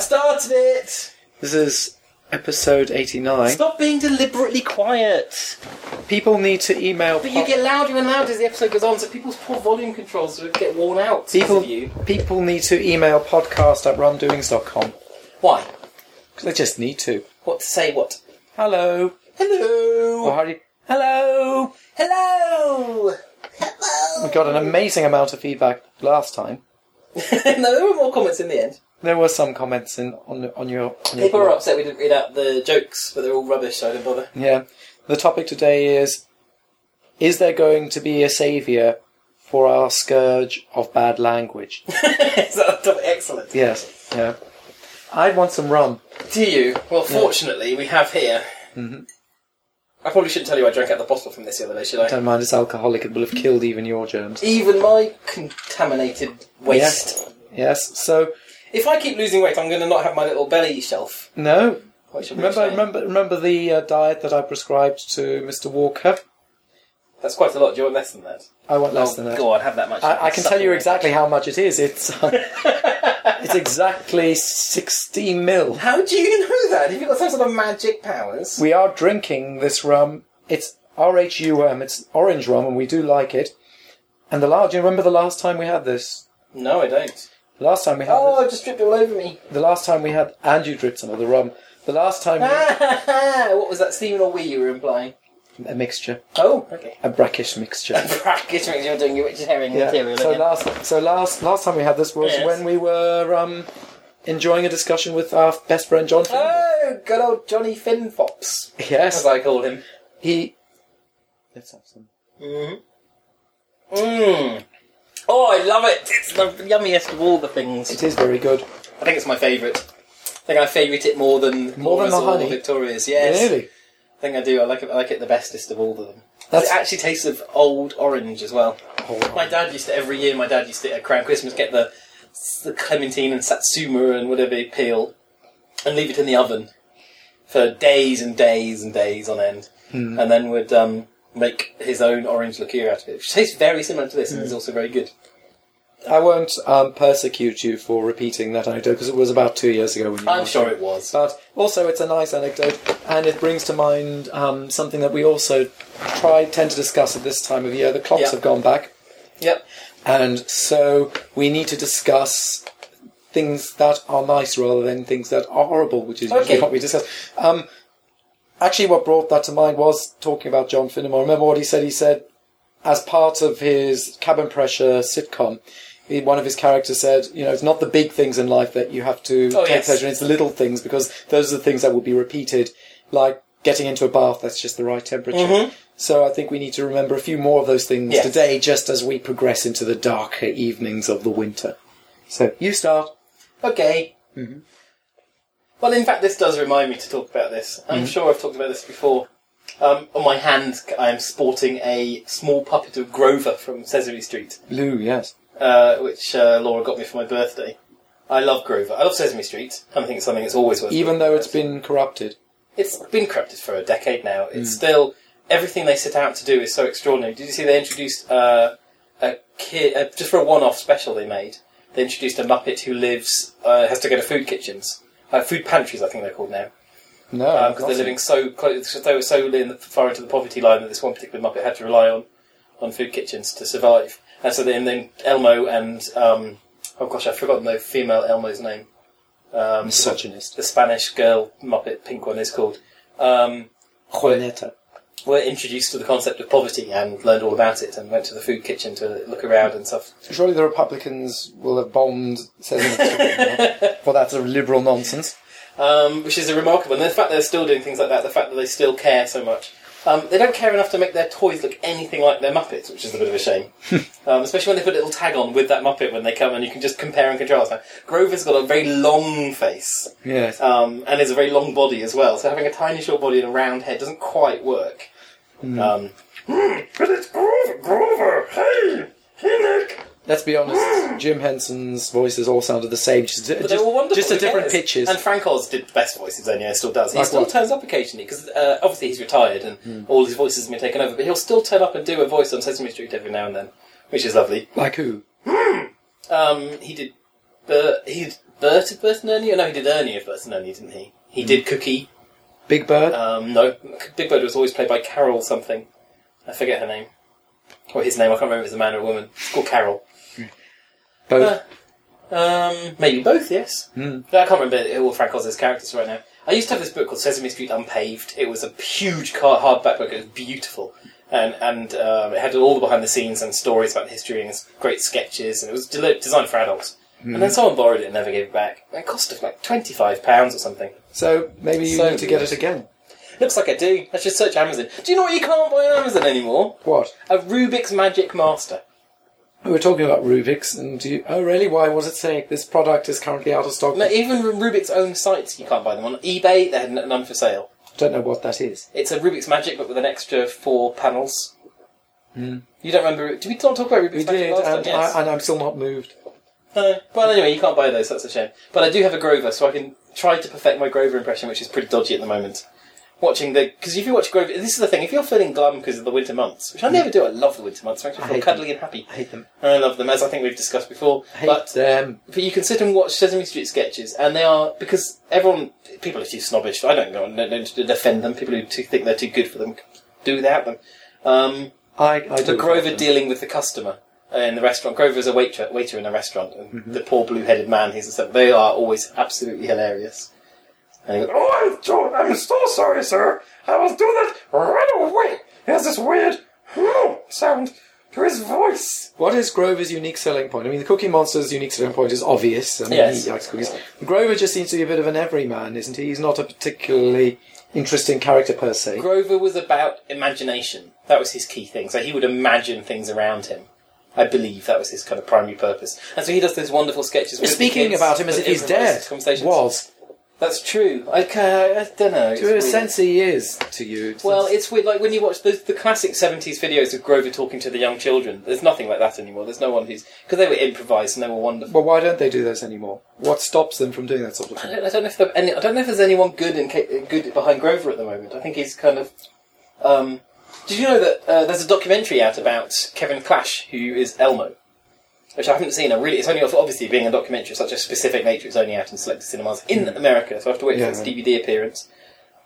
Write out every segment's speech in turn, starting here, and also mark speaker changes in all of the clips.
Speaker 1: started it!
Speaker 2: This is episode 89.
Speaker 1: Stop being deliberately quiet!
Speaker 2: People need to email.
Speaker 1: But you
Speaker 2: po-
Speaker 1: get louder and louder as the episode goes on, so people's poor volume controls will get worn out. People.
Speaker 2: people,
Speaker 1: Of you.
Speaker 2: people need to email podcast at rundoings.com.
Speaker 1: Why?
Speaker 2: 'Cause they just need to.
Speaker 1: What to say what?
Speaker 2: Hello.
Speaker 1: Hello!
Speaker 2: Or how do you- Hello.
Speaker 1: Hello!
Speaker 2: We got an amazing amount of feedback last time.
Speaker 1: no, there were more comments in the end.
Speaker 2: There were some comments in on on your. On your
Speaker 1: People were
Speaker 2: blog.
Speaker 1: upset we didn't read out the jokes, but they're all rubbish, so I didn't bother.
Speaker 2: Yeah. The topic today is: Is there going to be a saviour for our scourge of bad language?
Speaker 1: so, excellent.
Speaker 2: yes. Yeah. I'd want some rum.
Speaker 1: Do you? Well, fortunately, we have here. Mm-hmm. I probably shouldn't tell you I drank out the bottle from this the other day, should I?
Speaker 2: Don't mind, it's alcoholic. It will have killed even your germs.
Speaker 1: Even my contaminated waste.
Speaker 2: Yes. So
Speaker 1: If I keep losing weight, I'm going to not have my little belly shelf.
Speaker 2: no.
Speaker 1: Which will be a
Speaker 2: Remember,
Speaker 1: shame.
Speaker 2: remember, remember the uh, diet that I prescribed to Mr. Walker.
Speaker 1: That's quite a lot. Do you want less than that?
Speaker 2: I want less than that.
Speaker 1: Oh, God, have that much.
Speaker 2: I, I can tell you
Speaker 1: Supplement.
Speaker 2: exactly how much it is. It's uh, it's exactly sixty mil.
Speaker 1: How do you know that? Have you got some sort of magic powers?
Speaker 2: We are drinking this rum. It's RHUM. It's orange rum, and we do like it. And the large. You remember the last time we had this?
Speaker 1: No, I don't.
Speaker 2: The last time we had
Speaker 1: Oh, I just dripped it all over me.
Speaker 2: this, the last time we had and you dripped some of the rum. The last time we,
Speaker 1: what was that, Steven or we you were implying?
Speaker 2: a mixture,
Speaker 1: Oh, okay.
Speaker 2: a brackish mixture.
Speaker 1: Bracket means you're doing your Richard Herring
Speaker 2: Yeah.
Speaker 1: material
Speaker 2: So
Speaker 1: again.
Speaker 2: last, so last, last time we had this was
Speaker 1: Yes.
Speaker 2: when we were um, enjoying a discussion with our best friend John. Fielding.
Speaker 1: Oh, good old Johnny Finfops, as
Speaker 2: yes,
Speaker 1: I call him.
Speaker 2: he. Let's have some.
Speaker 1: Mmm. Oh, I love it. It's the yummiest of all the things.
Speaker 2: It is very good.
Speaker 1: I think it's my favourite. I think I favourite it more than
Speaker 2: More than
Speaker 1: Laura's
Speaker 2: the
Speaker 1: or
Speaker 2: honey?
Speaker 1: Victoria's. Yes,
Speaker 2: Really,
Speaker 1: I think I do. I like it. I like it the bestest of all of them.
Speaker 2: That's- Oh.
Speaker 1: It actually tastes of old orange as well.
Speaker 2: Hold on.
Speaker 1: My dad used to every year. My dad used to at Crown Christmas get the the clementine and satsuma and whatever you peel, and leave it in the oven for days and days and days on end,
Speaker 2: Hmm.
Speaker 1: and then would um, make his own orange liqueur out of it, which tastes very similar to this and
Speaker 2: Hmm.
Speaker 1: is also very good.
Speaker 2: I won't um, persecute you for repeating that anecdote because it was about two years ago when you.
Speaker 1: I'm
Speaker 2: asked
Speaker 1: sure
Speaker 2: me.
Speaker 1: it was.
Speaker 2: But also, it's a nice anecdote, and it brings to mind um, something that we also try tend to discuss at this time of year. The clocks
Speaker 1: Yeah.
Speaker 2: have gone back.
Speaker 1: Yep.
Speaker 2: And so we need to discuss things that are nice rather than things that are horrible, which is usually
Speaker 1: Okay.
Speaker 2: what we discuss. Um, actually, what brought that to mind was talking about John Finnemore. Remember what he said? He said, as part of his cabin pressure sitcom, he- one of his characters said, "You know, it's not the big things in life that you have to
Speaker 1: Oh,
Speaker 2: take
Speaker 1: yes.
Speaker 2: pleasure in; it's the little things because those are the things that will be repeated, like getting into a bath that's just the right temperature."
Speaker 1: Mm-hmm.
Speaker 2: So I think we need to remember a few more of those things
Speaker 1: Yes.
Speaker 2: today, just as we progress into the darker evenings of the winter. So you start.
Speaker 1: Okay. Well, in fact, this does remind me to talk about this. I'm sure I've talked about this before. Um, on my hand, I am sporting a small puppet of Grover from Sesame Street,
Speaker 2: Lou, yes.
Speaker 1: uh, which uh, Laura got me for my birthday. I love Grover. I love Sesame Street. I think it's something that's always worth.
Speaker 2: Even though it's been corrupted.
Speaker 1: it's been corrupted for a decade now, it's still everything they set out to do is so extraordinary. Did you see they introduced uh, a kid uh, just for a one-off special they made? They introduced a Muppet who lives uh, has to go to food kitchens, uh, food pantries, I think they're called now
Speaker 2: No, I've
Speaker 1: Uh, because
Speaker 2: got
Speaker 1: they're
Speaker 2: it.
Speaker 1: living so close, they were so in the, far into the poverty line that this one particular Muppet had to rely on on food kitchens to survive. And so then, then Elmo and um, oh gosh, I've forgotten the female Elmo's name. Um,
Speaker 2: misogynist.
Speaker 1: the Spanish girl Muppet, pink one is called. Um,
Speaker 2: Juanita.
Speaker 1: were introduced to the concept of poverty and learned all about it and went to the food kitchen to look around and stuff.
Speaker 2: Surely the Republicans will have bombed Sesame Street. well, that's sort of liberal nonsense.
Speaker 1: um, which is a remarkable. And the fact that they're still doing things like that, the fact that they still care so much. Um, they don't care enough to make their toys look anything like their Muppets, which is a bit of a shame. um, especially when they put a little tag on with that Muppet when they come and you can just compare and contrast. Now, Grover's got a very long face
Speaker 2: Yes.
Speaker 1: um, and is a very long body as well, so having a tiny short body and a round head doesn't quite work. Um, "Hmm, but it's Grover! Grover! Hey! Hey, Nick!
Speaker 2: Let's be honest, Jim Henson's voices all sounded the same, just,
Speaker 1: But
Speaker 2: just,
Speaker 1: they were wonderful.
Speaker 2: just at
Speaker 1: who
Speaker 2: different
Speaker 1: cares?
Speaker 2: pitches.
Speaker 1: And Frank Oz did the best voices, and yeah, still does. He
Speaker 2: Like
Speaker 1: still
Speaker 2: what? Hmm.
Speaker 1: turns up occasionally because uh, obviously he's retired and all his voices have been taken over, but he'll still turn up and do a voice on Sesame Street every now and then, which is lovely.
Speaker 2: like who?
Speaker 1: Um, he did, uh, he did Bert of Bert and Ernie? Oh, no, he did Ernie of Bert and Ernie, didn't he?
Speaker 2: Hmm.
Speaker 1: He did Cookie.
Speaker 2: Big Bird.
Speaker 1: Um, no, Big Bird was always played by Carol something. I forget her name. Or his name, I can't remember if it's a man or a woman. It's called Carol.
Speaker 2: Both.
Speaker 1: uh, Um, maybe both, yes.
Speaker 2: Mm.
Speaker 1: No, I can't remember all Frank Oz's characters right now. I used to have this book called Sesame Street Unpaved. It was a huge car- hardback book. It was beautiful, and and um, it had all the behind the scenes and stories about history and great sketches. And it was deli designed for adults. And then someone borrowed it and never gave it back. It cost us like twenty five pounds or something.
Speaker 2: so maybe you
Speaker 1: so-
Speaker 2: need to get it again.
Speaker 1: Looks like I do. I should search Amazon. Do you know what you can't buy on Amazon anymore?
Speaker 2: What?
Speaker 1: A Rubik's Magic Master.
Speaker 2: We were talking about Rubik's, and do you, oh really? Why was it saying this product is currently out of stock?
Speaker 1: No, even Rubik's own sites you can't buy them on eBay. They had n- none for sale.
Speaker 2: Don't know what that is.
Speaker 1: It's a Rubik's Magic, but with an extra four panels. You don't remember? Did we not talk about Rubik's
Speaker 2: Hmm. We
Speaker 1: Magic
Speaker 2: did,
Speaker 1: last time?
Speaker 2: and,
Speaker 1: Yes.
Speaker 2: I, and I'm still not moved.
Speaker 1: No. Well, anyway, you can't buy those. That's a shame. But I do have a Grover, so I can try to perfect my Grover impression, which is pretty dodgy at the moment. Watching the because if you watch Grover, this is the thing. If you're feeling glum because of the winter months, which I never do, I love the winter months. It makes me
Speaker 2: I
Speaker 1: feel
Speaker 2: hate
Speaker 1: cuddly and happy.
Speaker 2: I hate them.
Speaker 1: And I love them, as I think we've discussed before.
Speaker 2: I hate um,
Speaker 1: but
Speaker 2: them.
Speaker 1: but you can sit and watch Sesame Street sketches, and they are because everyone, people are too snobbish. I don't go and don't defend them. People who too, think they're too good for them do without them. Um,
Speaker 2: I, I do
Speaker 1: the Grover
Speaker 2: them.
Speaker 1: dealing with the customer in the restaurant. Grover's a waiter, waiter in a restaurant, and
Speaker 2: Mm-hmm.
Speaker 1: the poor blue-headed man. He's the they are always absolutely hilarious. And he goes,
Speaker 2: Oh, I'm, so- I'm so sorry, sir. I will do that right away. He has this weird hmm sound to his voice. What is Grover's unique selling point? I mean, the Cookie Monster's unique selling point is obvious. I mean,
Speaker 1: Yes.
Speaker 2: he likes cookies. Grover just seems to be a bit of an everyman, isn't he? He's not a particularly interesting character per se.
Speaker 1: Grover was about imagination. That was his key thing. So he would imagine things around him. I believe that was his kind of primary purpose. And so he does those wonderful sketches. With the
Speaker 2: Speaking
Speaker 1: kids,
Speaker 2: about him as
Speaker 1: with
Speaker 2: if he's
Speaker 1: improvised
Speaker 2: dead
Speaker 1: Conversations.
Speaker 2: was
Speaker 1: That's true. I, ca- I don't know.
Speaker 2: to a sense he is to you.
Speaker 1: Well, it's weird. Like when you watch the, the classic '70s videos of Grover talking to the young children. There's nothing like that anymore. There's no one who's because they were improvised and they were wonderful.
Speaker 2: Well, why don't they do those anymore? What stops them from doing that sort of
Speaker 1: I
Speaker 2: thing?
Speaker 1: don't, I don't know if there, any, I don't know if there's anyone good in ca- good behind Grover at the moment. I think he's kind of. Um, did you know that uh, there's a documentary out about Kevin Clash, who is Elmo, which I haven't seen. I really, it's only obviously being a documentary of such a specific nature. It's only out in selected cinemas in America, so I have to wait
Speaker 2: Mm.
Speaker 1: for
Speaker 2: Yeah,
Speaker 1: its
Speaker 2: right.
Speaker 1: DVD appearance.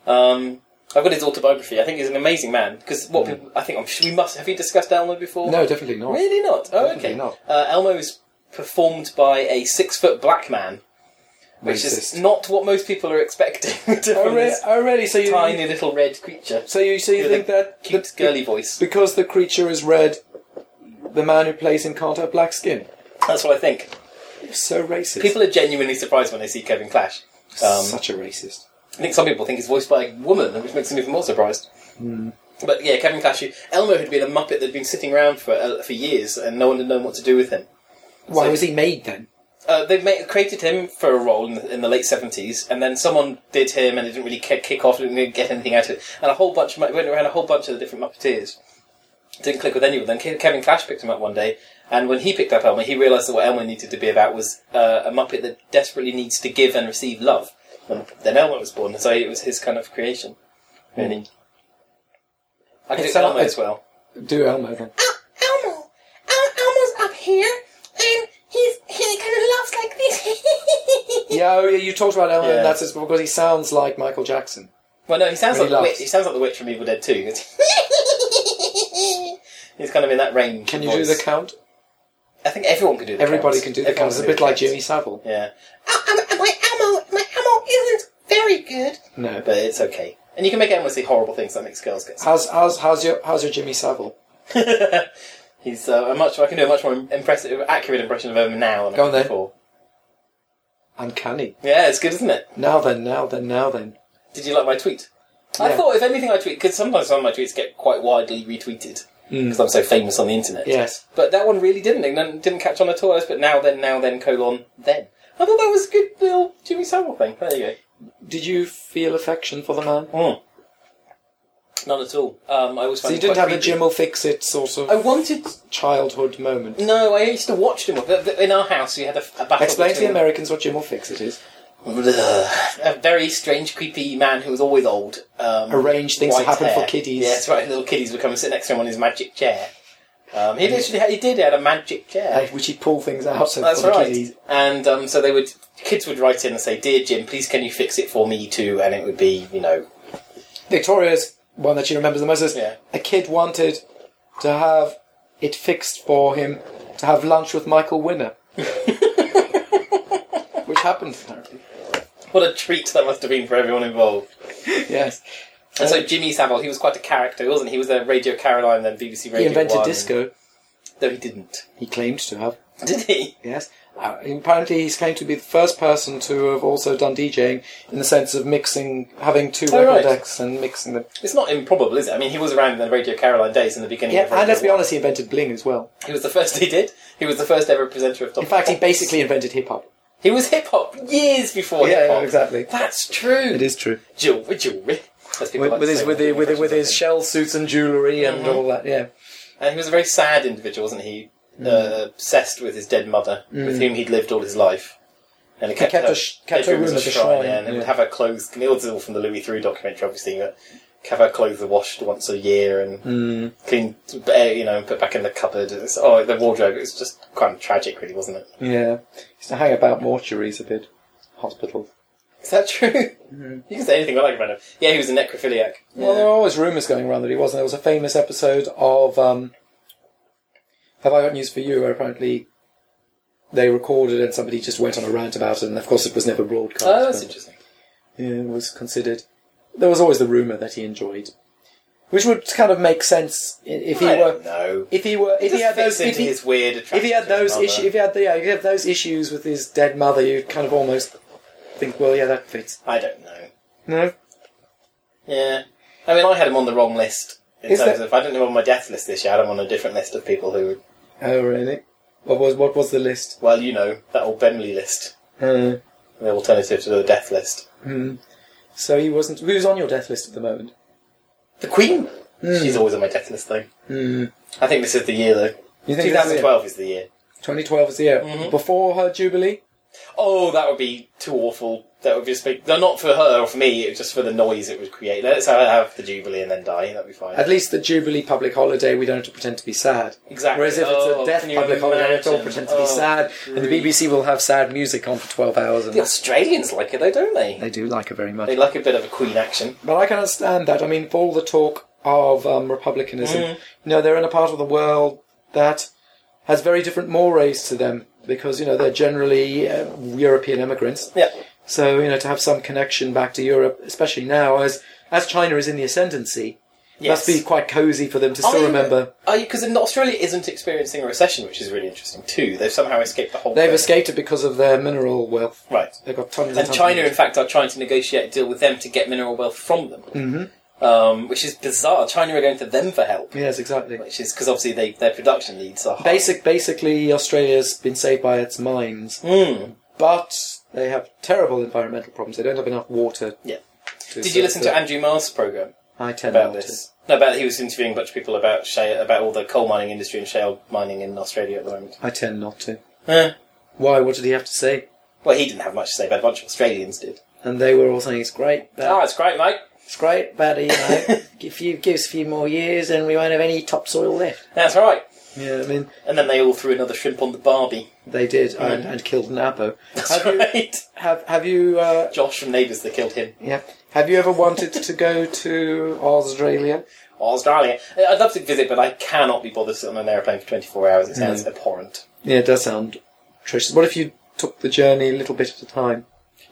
Speaker 1: Um, I've got his autobiography. I think he's an amazing man because what people, I think I'm sure we must have you discussed Elmo before.
Speaker 2: Mm. No, definitely not.
Speaker 1: Really not? Oh,
Speaker 2: Definitely
Speaker 1: okay.
Speaker 2: not.
Speaker 1: Uh, Elmo is performed by a six foot black man, which is
Speaker 2: Racist.
Speaker 1: not what most people are expecting to
Speaker 2: Oh,
Speaker 1: from
Speaker 2: really?
Speaker 1: this
Speaker 2: Oh, really? So you
Speaker 1: tiny little red creature.
Speaker 2: so you so you
Speaker 1: With
Speaker 2: think
Speaker 1: a
Speaker 2: that
Speaker 1: Cute
Speaker 2: that-
Speaker 1: girly voice.
Speaker 2: because the creature is red, the man who plays him can't have black skin?
Speaker 1: That's what I think.
Speaker 2: So racist.
Speaker 1: People are genuinely surprised when they see Kevin Clash. Um,
Speaker 2: Such a racist.
Speaker 1: I think some people think he's voiced by a woman, which makes them even more surprised. Hmm. But yeah, Kevin Clash, who- Elmo had been a Muppet that had been sitting around for, uh, for years and no one had known what to do with him.
Speaker 2: Why
Speaker 1: so-
Speaker 2: was he made then?
Speaker 1: Uh, they made, created him for a role in the, in the late seventies, and then someone did him, and it didn't really kick, kick off, didn't get anything out of it, and a whole bunch mu- went around a whole bunch of the different Muppeteers. Didn't click with any of them. Ke- Kevin Clash picked him up one day, and when he picked up Elmer, he realised that what Elmer needed to be about was uh, a Muppet that desperately needs to give and receive love. And then Elmer was born, and so it was his kind of creation. Really, I could
Speaker 2: It's
Speaker 1: do
Speaker 2: Elmo-
Speaker 1: Elmer as well.
Speaker 2: Do Elmo then.
Speaker 1: Ah!
Speaker 3: Elmo. El- Elmo's up here, and he's he kind of laughs like this.
Speaker 2: yeah, oh, yeah, you talked about Elmo,
Speaker 1: Yeah.
Speaker 2: and that's just because he sounds like Michael Jackson.
Speaker 1: Well, no, he sounds
Speaker 2: Really
Speaker 1: like the
Speaker 2: laughs.
Speaker 1: witch. He sounds like the witch from Evil Dead too. He's kind of in that range.
Speaker 2: Can
Speaker 1: of
Speaker 2: you
Speaker 1: voice.
Speaker 2: do the count?
Speaker 1: I think everyone can do the
Speaker 2: Everybody
Speaker 1: counts.
Speaker 2: can do the
Speaker 1: Everyone
Speaker 2: count. It's a
Speaker 1: can
Speaker 2: bit like
Speaker 1: do the
Speaker 2: Jimmy Savile.
Speaker 1: counts. Yeah,
Speaker 3: Oh, um, my Elmo, my Elmo isn't very good.
Speaker 2: No, but
Speaker 1: but it's okay. And you can make Elmo say horrible things that makes girls get
Speaker 2: how's how's how's your how's your Jimmy Savile?
Speaker 1: sick. He's uh, a much. I can do a much more impressive, accurate impression of him now than I
Speaker 2: Go on
Speaker 1: could
Speaker 2: then.
Speaker 1: before.
Speaker 2: Uncanny.
Speaker 1: Yeah, it's good, isn't it?
Speaker 2: Now then, now then, now then.
Speaker 1: Did you like my tweet? I
Speaker 2: Yeah.
Speaker 1: thought if anything I tweet because sometimes some of my tweets get quite widely retweeted because I'm so famous on the internet.
Speaker 2: Hmm. Yes.
Speaker 1: But that one really didn't. It didn't- didn't catch on at all. I just put now then, now then, colon, then. I thought that was a good little Jimmy Savile thing. There you go.
Speaker 2: Did you feel affection for the man?
Speaker 1: Mm. None at all. Um, I always
Speaker 2: So
Speaker 1: found
Speaker 2: you
Speaker 1: it
Speaker 2: didn't
Speaker 1: quite
Speaker 2: have the
Speaker 1: creepy.
Speaker 2: Jim will fix it sort
Speaker 1: I
Speaker 2: of
Speaker 1: wanted.
Speaker 2: childhood moment.
Speaker 1: No, I used to watch them. In our house, we had a, a battle.
Speaker 2: Explain to the
Speaker 1: between-
Speaker 2: Americans what Jim will fix it is.
Speaker 1: a very strange, creepy man who was always old. Um,
Speaker 2: Arrange things to
Speaker 1: white
Speaker 2: happen
Speaker 1: hair.
Speaker 2: for kiddies.
Speaker 1: Yeah, that's right. Little kiddies would come and sit next to him on his magic chair. Um, he literally had, he did. He had a magic chair.
Speaker 2: uh, which he'd pull things out. So
Speaker 1: That's
Speaker 2: for the
Speaker 1: right.
Speaker 2: kiddies.
Speaker 1: And um, so they would kids would write in and say, "Dear Jim, please can you fix it for me too?" And it would be you know
Speaker 2: Victoria's one that she remembers the most is
Speaker 1: Yeah.
Speaker 2: a kid wanted to have it fixed for him to have lunch with Michael Winner, which happened apparently.
Speaker 1: what a treat that must have been for everyone involved.
Speaker 2: Yes,
Speaker 1: And so Jimmy Savile, he was quite a character, wasn't he? He was a Radio Caroline, then BBC Radio.
Speaker 2: he invented
Speaker 1: One.
Speaker 2: disco.
Speaker 1: No, he didn't.
Speaker 2: He claimed to have.
Speaker 1: Did he?
Speaker 2: Yes. Uh, apparently, he's claimed to be the first person to have also done DJing in the sense of mixing, having two
Speaker 1: Oh,
Speaker 2: record
Speaker 1: right.
Speaker 2: decks and mixing them.
Speaker 1: It's not improbable, is it? I mean, he was around in the Radio Caroline days in the beginning.
Speaker 2: Yeah,
Speaker 1: of Radio
Speaker 2: and let's be
Speaker 1: One.
Speaker 2: honest, he invented bling as well.
Speaker 1: he was the first. He did. He was the first ever presenter of Top.
Speaker 2: In fact, he
Speaker 1: Pops.
Speaker 2: basically invented hip hop.
Speaker 1: he was hip hop years before hip hop.
Speaker 2: exactly.
Speaker 1: That's true.
Speaker 2: It is true.
Speaker 1: jewelry, jewelry. As people
Speaker 2: With,
Speaker 1: like to
Speaker 2: with his
Speaker 1: say
Speaker 2: with,
Speaker 1: when they
Speaker 2: the, with, the,
Speaker 1: do
Speaker 2: with his
Speaker 1: impressions
Speaker 2: shell suits and jewellery and all that, yeah.
Speaker 1: of him. And Uh, he was a very sad individual, wasn't he?
Speaker 2: Mm.
Speaker 1: Uh, obsessed with his dead mother, with whom he'd lived all his life. And he kept,
Speaker 2: kept
Speaker 1: her,
Speaker 2: a sh- kept her
Speaker 1: bedroom
Speaker 2: room
Speaker 1: as
Speaker 2: as a shrine,
Speaker 1: yeah, and it
Speaker 2: yeah.
Speaker 1: would have her clothes. Neil did all from the Louis Theroux documentary, obviously, but have her clothes washed once a year and
Speaker 2: Mm.
Speaker 1: cleaned, uh, you know, and put back in the cupboard. It's, oh, the wardrobe. It was just kind of tragic, really, wasn't it?
Speaker 2: Yeah. He's to hang about mortuaries a bit, hospitals.
Speaker 1: Is that true?
Speaker 2: Mm.
Speaker 1: You can say anything I like about him. Yeah, he was a necrophiliac.
Speaker 2: Well, there are always rumours going around that he wasn't. There was a famous episode of um, Have I Got News for You where apparently they recorded and somebody just went on a rant about it, and of course it was never broadcast.
Speaker 1: Oh, that's
Speaker 2: but-
Speaker 1: interesting.
Speaker 2: yeah, it was considered. There was always the rumour that he enjoyed, which would kind of make sense i- if he
Speaker 1: I
Speaker 2: were
Speaker 1: don't know.
Speaker 2: if he were if he
Speaker 1: Just
Speaker 2: had
Speaker 1: fits
Speaker 2: those if
Speaker 1: into
Speaker 2: he,
Speaker 1: his weird
Speaker 2: if he had
Speaker 1: attraction to his
Speaker 2: those
Speaker 1: mother.
Speaker 2: issues if he had the, yeah, if he had those issues with his dead mother, you'd kind of almost think, well, yeah, that fits.
Speaker 1: I don't know.
Speaker 2: No,
Speaker 1: Yeah. I mean, I had him on the wrong list. In
Speaker 2: Is
Speaker 1: terms
Speaker 2: that-
Speaker 1: of, I didn't have him on my death list this year. I had him on a different list of people who,
Speaker 2: oh really? What was what was the list?
Speaker 1: well, you know, that old Benley list,
Speaker 2: Uh,
Speaker 1: the alternative to the death list.
Speaker 2: so he wasn't. Who's on your death list at the moment?
Speaker 1: The Queen.
Speaker 2: Hmm.
Speaker 1: She's always on my death list, though. I think this is the year, though.
Speaker 2: You think that's it?
Speaker 1: 2012 is the year.
Speaker 2: 2012 is the year
Speaker 1: Mm-hmm.
Speaker 2: before her jubilee.
Speaker 1: Oh, that would be too awful. That would just be no, not for her or for me. It was just for the noise it would create. Let's have, have the jubilee and then die. That'd be fine.
Speaker 2: At least the jubilee public holiday, we don't have to pretend to be sad.
Speaker 1: Exactly.
Speaker 2: Whereas if it's
Speaker 1: Oh,
Speaker 2: a death
Speaker 1: can you
Speaker 2: public holiday, it's all
Speaker 1: imagine?
Speaker 2: pretend to be
Speaker 1: Oh,
Speaker 2: sad, and the BBC will have sad music on for 12 hours, and
Speaker 1: the Australians like it, though, don't they?
Speaker 2: they do like it very much.
Speaker 1: They like a bit of a Queen action.
Speaker 2: But I can understand that. I mean, for all the talk of um, republicanism,
Speaker 1: Mm-hmm.
Speaker 2: you know, they're in a part of the world that has very different mores to them because, you know, they're generally uh, European immigrants.
Speaker 1: Yeah.
Speaker 2: So, you know, to have some connection back to Europe, especially now as, as China is in the ascendancy,
Speaker 1: Yes.
Speaker 2: must be quite cozy for them to still
Speaker 1: I-
Speaker 2: remember.
Speaker 1: Because Australia isn't experiencing a recession, which is really interesting too. They've somehow escaped the whole.
Speaker 2: They've
Speaker 1: thing.
Speaker 2: escaped it because of their mineral wealth.
Speaker 1: right?
Speaker 2: They've got tons and
Speaker 1: And
Speaker 2: tons
Speaker 1: China,
Speaker 2: of
Speaker 1: in fact, are trying to negotiate a deal with them to get mineral wealth from them,
Speaker 2: Mm-hmm.
Speaker 1: um, which is bizarre. China are going to them for help,
Speaker 2: Yes, exactly.
Speaker 1: which is because obviously they, their production needs are high.
Speaker 2: Basic, basically, Australia's been saved by its mines,
Speaker 1: Mm.
Speaker 2: but they have terrible environmental problems. They don't have enough water.
Speaker 1: Yeah.
Speaker 2: To
Speaker 1: Did you listen to Andrew Marr's program
Speaker 2: I tend
Speaker 1: about
Speaker 2: not
Speaker 1: this? No, about he was interviewing a bunch of people about shale, about all the coal mining industry and shale mining in Australia at the moment.
Speaker 2: To. I tend not to.
Speaker 1: Eh.
Speaker 2: Why? What did he have to say?
Speaker 1: Well, he didn't have much to say, but a bunch of Australians did.
Speaker 2: And they were all saying it's great, but
Speaker 1: Ah, it's great, mate.
Speaker 2: it's great, but you know, if you give us a few more years, and we won't have any topsoil left.
Speaker 1: That's all right.
Speaker 2: Yeah, I mean,
Speaker 1: And then they all threw another shrimp on the Barbie.
Speaker 2: they did, and, and killed an apo.
Speaker 1: That's
Speaker 2: Have you
Speaker 1: right.
Speaker 2: have have you uh,
Speaker 1: Josh from Neighbours that killed him.
Speaker 2: yeah have you ever wanted to go to Australia?
Speaker 1: Australia. I- I'd love to visit, but I cannot be bothered sitting on an airplane for 24 hours. It
Speaker 2: Mm.
Speaker 1: sounds abhorrent.
Speaker 2: Yeah, it does sound atrocious. What if you took the journey a little bit at a time?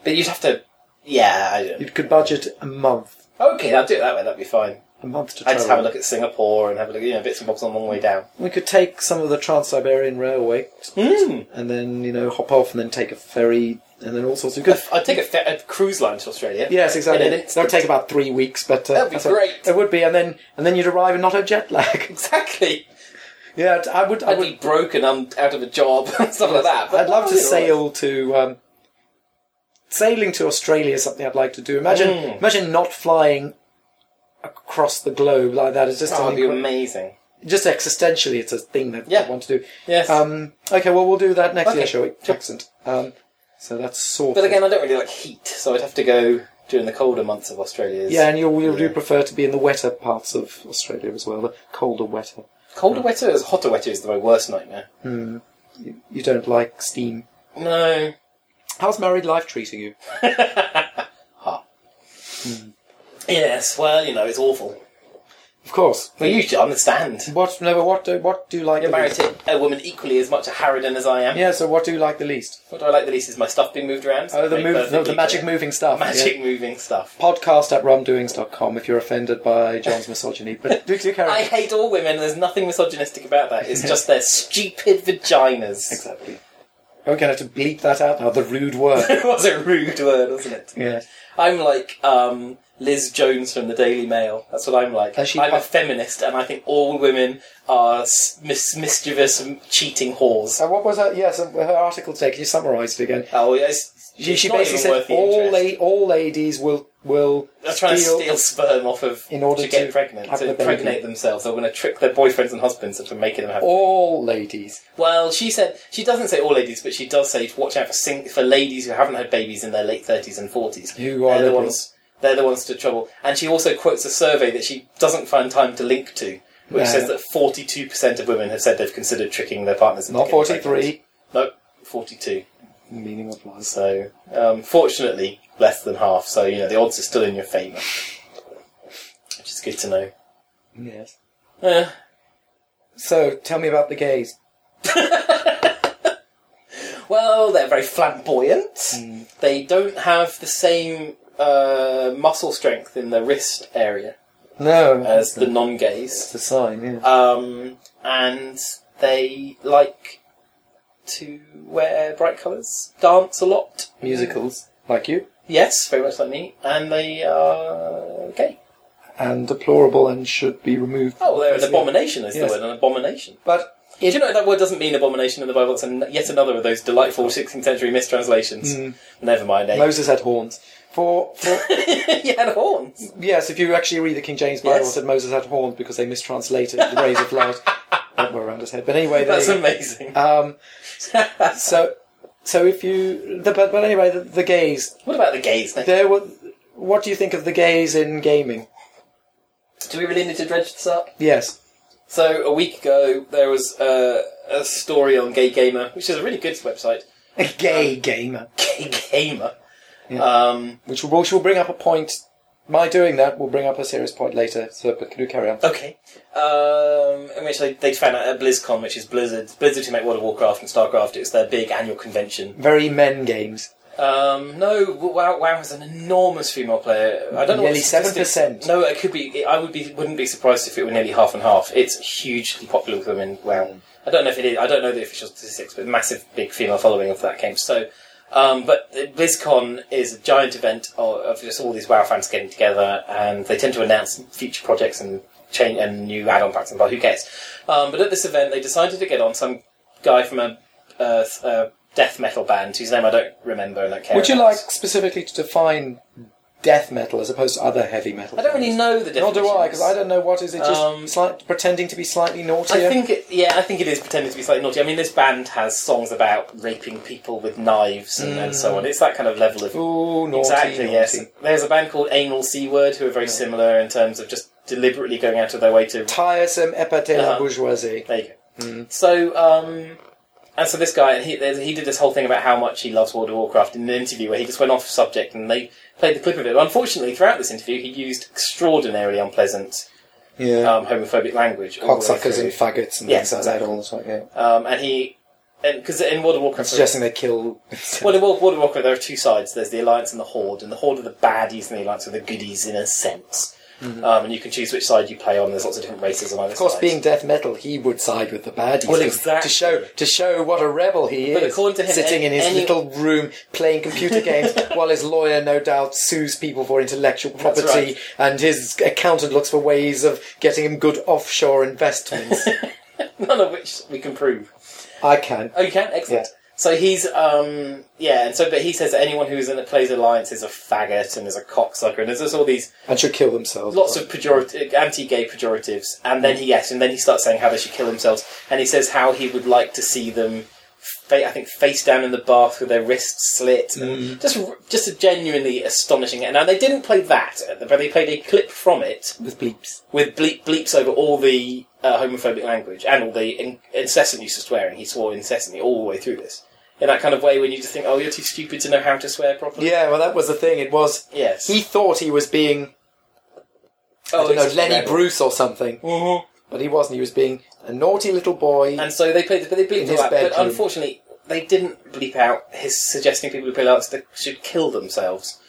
Speaker 1: But you'd have to. Yeah, I don't.
Speaker 2: You could budget a month,
Speaker 1: Okay, I'll do it that way. That'd be fine.
Speaker 2: a month to
Speaker 1: I'd
Speaker 2: travel.
Speaker 1: just have a look at Singapore and have a look, you know, bits and bobs on the long way down.
Speaker 2: We could take some of the Trans-Siberian Railway
Speaker 1: Mm.
Speaker 2: and then you know hop off and then take a ferry and then all sorts of good.
Speaker 1: I'd take a, fe- a cruise line to Australia.
Speaker 2: Yes, exactly.
Speaker 1: In an
Speaker 2: That would
Speaker 1: instant.
Speaker 2: take about three weeks, but uh,
Speaker 1: That'd be
Speaker 2: that's all-
Speaker 1: great.
Speaker 2: It would be, and then and then you'd arrive and not have jet lag.
Speaker 1: Exactly.
Speaker 2: yeah, I'd- I would. I
Speaker 1: I'd
Speaker 2: would.
Speaker 1: be broken. I'm out of a job and stuff like that. But
Speaker 2: I'd love to
Speaker 1: that'd be all right.
Speaker 2: sail to. Um, sailing to Australia is something I'd like to do. Imagine,
Speaker 1: Mm.
Speaker 2: imagine not flying across the globe like that. It's just
Speaker 1: Oh,
Speaker 2: an
Speaker 1: that'd be
Speaker 2: incre-
Speaker 1: amazing.
Speaker 2: just existentially, it's a thing that
Speaker 1: Yeah.
Speaker 2: I want to do.
Speaker 1: Yes.
Speaker 2: Um, okay, well, we'll do that next
Speaker 1: Okay.
Speaker 2: year, shall we? Excellent. Um, so that's sorted.
Speaker 1: but again, I don't really like heat, so I'd have to go during the colder months of Australia.
Speaker 2: yeah, and you'll, you
Speaker 1: Yeah.
Speaker 2: do prefer to be in the wetter parts of Australia as well, the colder, wetter.
Speaker 1: Colder, wetter, is hotter, wetter is my worst nightmare.
Speaker 2: You don't like steam.
Speaker 1: No.
Speaker 2: How's married life treating you?
Speaker 1: Yes, well, you know, it's awful.
Speaker 2: Of course.
Speaker 1: But you should understand.
Speaker 2: What? No, but what do what do you like?
Speaker 1: You're
Speaker 2: the
Speaker 1: married
Speaker 2: least?
Speaker 1: to a woman equally as much a harridan as I am.
Speaker 2: Yeah. So what do you like the least?
Speaker 1: What do I like the least is my stuff being moved around.
Speaker 2: Oh, the
Speaker 1: Very
Speaker 2: move,
Speaker 1: perfectly
Speaker 2: the, the magic
Speaker 1: clear.
Speaker 2: moving stuff. yeah.
Speaker 1: Magic moving stuff.
Speaker 2: Podcast at rumdoings.com if you're offended by John's misogyny. But do, do carry on.
Speaker 1: I hate all women. There's nothing misogynistic about that. It's just their stupid vaginas.
Speaker 2: Exactly. We're going to have to bleep that out now. The rude word.
Speaker 1: it was a rude word, wasn't it?
Speaker 2: yeah.
Speaker 1: I'm like um, Liz Jones from the Daily Mail. That's what I'm like.
Speaker 2: Has she-
Speaker 1: I'm a feminist, and I think all women are s- mis- mischievous, m- cheating whores.
Speaker 2: And what was her? Yes, and her article today. Can you summarise it again?
Speaker 1: Oh, yes.
Speaker 2: She, she
Speaker 1: Not
Speaker 2: basically
Speaker 1: even
Speaker 2: said
Speaker 1: worth the
Speaker 2: all
Speaker 1: interest.
Speaker 2: la- all ladies will will
Speaker 1: They're trying
Speaker 2: steal-
Speaker 1: to steal sperm off of
Speaker 2: In order
Speaker 1: to get
Speaker 2: to
Speaker 1: pregnant,
Speaker 2: have
Speaker 1: to
Speaker 2: the baby.
Speaker 1: impregnate themselves. They're going to trick their boyfriends and husbands into making them have.
Speaker 2: all ladies.
Speaker 1: Well, she said she doesn't say all ladies, but she does say to watch out for sing- for ladies who haven't had babies in their late thirties and forties.
Speaker 2: Who are
Speaker 1: they're the
Speaker 2: liberals.
Speaker 1: ones they're the ones to trouble. And she also quotes a survey that she doesn't find time to link to, which
Speaker 2: No.
Speaker 1: says that forty two percent of women have said they've considered tricking their partners. into
Speaker 2: Not
Speaker 1: getting
Speaker 2: forty
Speaker 1: pregnant.
Speaker 2: three.
Speaker 1: Nope, forty two.
Speaker 2: Meaning of lies.
Speaker 1: So um, fortunately, less than half. So you know the odds are still in your favour, which is good to know.
Speaker 2: Yes.
Speaker 1: Eh.
Speaker 2: So tell me about the gays.
Speaker 1: Well, they're very flamboyant. They don't have the same uh, muscle strength in the wrist area
Speaker 2: No,
Speaker 1: as
Speaker 2: that's
Speaker 1: the
Speaker 2: not-
Speaker 1: non-gays,
Speaker 2: the sign. Yeah.
Speaker 1: um, and they like to wear bright colours, dance a lot,
Speaker 2: Musicals like you
Speaker 1: Yes, very much like me, and they are gay.
Speaker 2: and deplorable and should be removed.
Speaker 1: Oh, they're an abomination. Is
Speaker 2: Yes.
Speaker 1: the word an abomination?
Speaker 2: But
Speaker 1: Do you know that word doesn't mean abomination in the Bible? It's an, yet another of those delightful 16th century mistranslations. Never mind. Eh?
Speaker 2: Moses had horns. For, for
Speaker 1: he had horns.
Speaker 2: yes, if you actually read the King James Bible,
Speaker 1: Yes.
Speaker 2: it said Moses had horns because they mistranslated the rays of light that were around his head. But anyway,
Speaker 1: That's
Speaker 2: they,
Speaker 1: amazing.
Speaker 2: um, so so if you the, but, but anyway, the, the gays.
Speaker 1: What about the gays? Nick?
Speaker 2: There were. What do you think of the gays in gaming?
Speaker 1: Do we really need to dredge this up?
Speaker 2: Yes.
Speaker 1: So a week ago there was uh, a story on Gay Gamer, which is a really good website.
Speaker 2: Gay gamer.
Speaker 1: Gay Gamer. Um,
Speaker 2: Which will, which will bring up a point. My doing that will bring up a serious point later, so but can you carry on?
Speaker 1: okay. Um, in which they, they found out at BlizzCon, which is Blizzard, Blizzard who make World of Warcraft and StarCraft. It's their big annual convention.
Speaker 2: Very men games.
Speaker 1: Um, no, WoW, WoW has an enormous female player. I don't know. what
Speaker 2: Nearly
Speaker 1: the statistics-
Speaker 2: 7%.
Speaker 1: No, it could be. I would be. Wouldn't be surprised if it were nearly half and half. It's hugely popular with women. WoW. I don't know if it is. I don't know the official statistics, but massive big female following of that game. So, um, but BlizzCon is a giant event of, of just all these WoW fans getting together, and they tend to announce future projects and change and new add-on packs and blah. Who cares? Um, but at this event, they decided to get on some guy from a, uh a death metal band whose name I don't remember and don't care.
Speaker 2: Would you
Speaker 1: about.
Speaker 2: like specifically to define death metal as opposed to other heavy metal?
Speaker 1: I don't really know the
Speaker 2: Nor
Speaker 1: definition.
Speaker 2: do I, because I don't know what is it. Just
Speaker 1: Um,
Speaker 2: slight, pretending to be slightly naughty.
Speaker 1: I think it, yeah, I think it is pretending to be slightly naughty. I mean, this band has songs about raping people with knives and, and so on. It's that kind of level of
Speaker 2: Mm. Ooh, naughty,
Speaker 1: exactly.
Speaker 2: naughty.
Speaker 1: Yes, there's a band called Anal C Word who are very similar in terms of just deliberately going out of their way to.
Speaker 2: Tiresome épate la
Speaker 1: Uh-huh.
Speaker 2: bourgeoisie.
Speaker 1: There you go.
Speaker 2: Hmm.
Speaker 1: So, um, and so this guy, he there's- he did this whole thing about how much he loves World of Warcraft in an interview where he just went off subject and they played the clip of it. Unfortunately, throughout this interview, he used extraordinarily unpleasant
Speaker 2: Yeah.
Speaker 1: um, homophobic language. all the way
Speaker 2: Cocksuckers
Speaker 1: through.
Speaker 2: and faggots and
Speaker 1: Yes,
Speaker 2: things like that
Speaker 1: exactly.
Speaker 2: all the time. Yeah.
Speaker 1: Um, and he, because in World of Warcraft,
Speaker 2: Suggesting they kill.
Speaker 1: well, in World, World of Warcraft, there are two sides. There's the Alliance and the Horde, and the Horde are the baddies, and the Alliance are the goodies in a sense. Um, and you can choose which side you play on. There's lots of different races on either
Speaker 2: Mm-hmm. of course,
Speaker 1: side.
Speaker 2: being death metal, he would side with the baddies.
Speaker 1: Well,
Speaker 2: 'cause
Speaker 1: exactly.
Speaker 2: To show to show what a rebel he
Speaker 1: But
Speaker 2: is,
Speaker 1: according to him,
Speaker 2: sitting in his
Speaker 1: any-
Speaker 2: little room playing computer games, while his lawyer, no doubt, sues people for intellectual property,
Speaker 1: right.
Speaker 2: and his accountant looks for ways of getting him good offshore investments.
Speaker 1: none of which we can prove.
Speaker 2: I can.
Speaker 1: Oh, you can? Excellent.
Speaker 2: Yeah.
Speaker 1: So he's, um, yeah, and so, but he says that anyone who's in, plays Alliance is a faggot and is a cocksucker, and there's just all these
Speaker 2: and should kill themselves.
Speaker 1: lots of pejorative, anti-gay pejoratives, and then he yes, and then he starts saying how they should kill themselves, and he says how he would like to see them fa- I think face down in the bath with their wrists slit.
Speaker 2: Mm.
Speaker 1: And just just a genuinely astonishing. Now they didn't play that, but they played a clip from it
Speaker 2: with bleeps.
Speaker 1: with bleep bleeps over all the uh, homophobic language and all the in- incessant use of swearing. He swore incessantly all the way through this. In that kind of way, when you just think, "Oh, you're too stupid to know how to swear properly."
Speaker 2: Yeah, well, that was the thing. It was
Speaker 1: Yes.
Speaker 2: he thought he was being
Speaker 1: oh,
Speaker 2: I don't know
Speaker 1: it's a
Speaker 2: Lenny
Speaker 1: rebel. Mm-hmm.
Speaker 2: Bruce or something, but he wasn't. He was being a naughty little boy.
Speaker 1: And so they played, but they
Speaker 2: In
Speaker 1: bleeped all
Speaker 2: his
Speaker 1: that. But
Speaker 2: bedroom.
Speaker 1: unfortunately, they didn't bleep out his suggesting people who play arts that should kill themselves,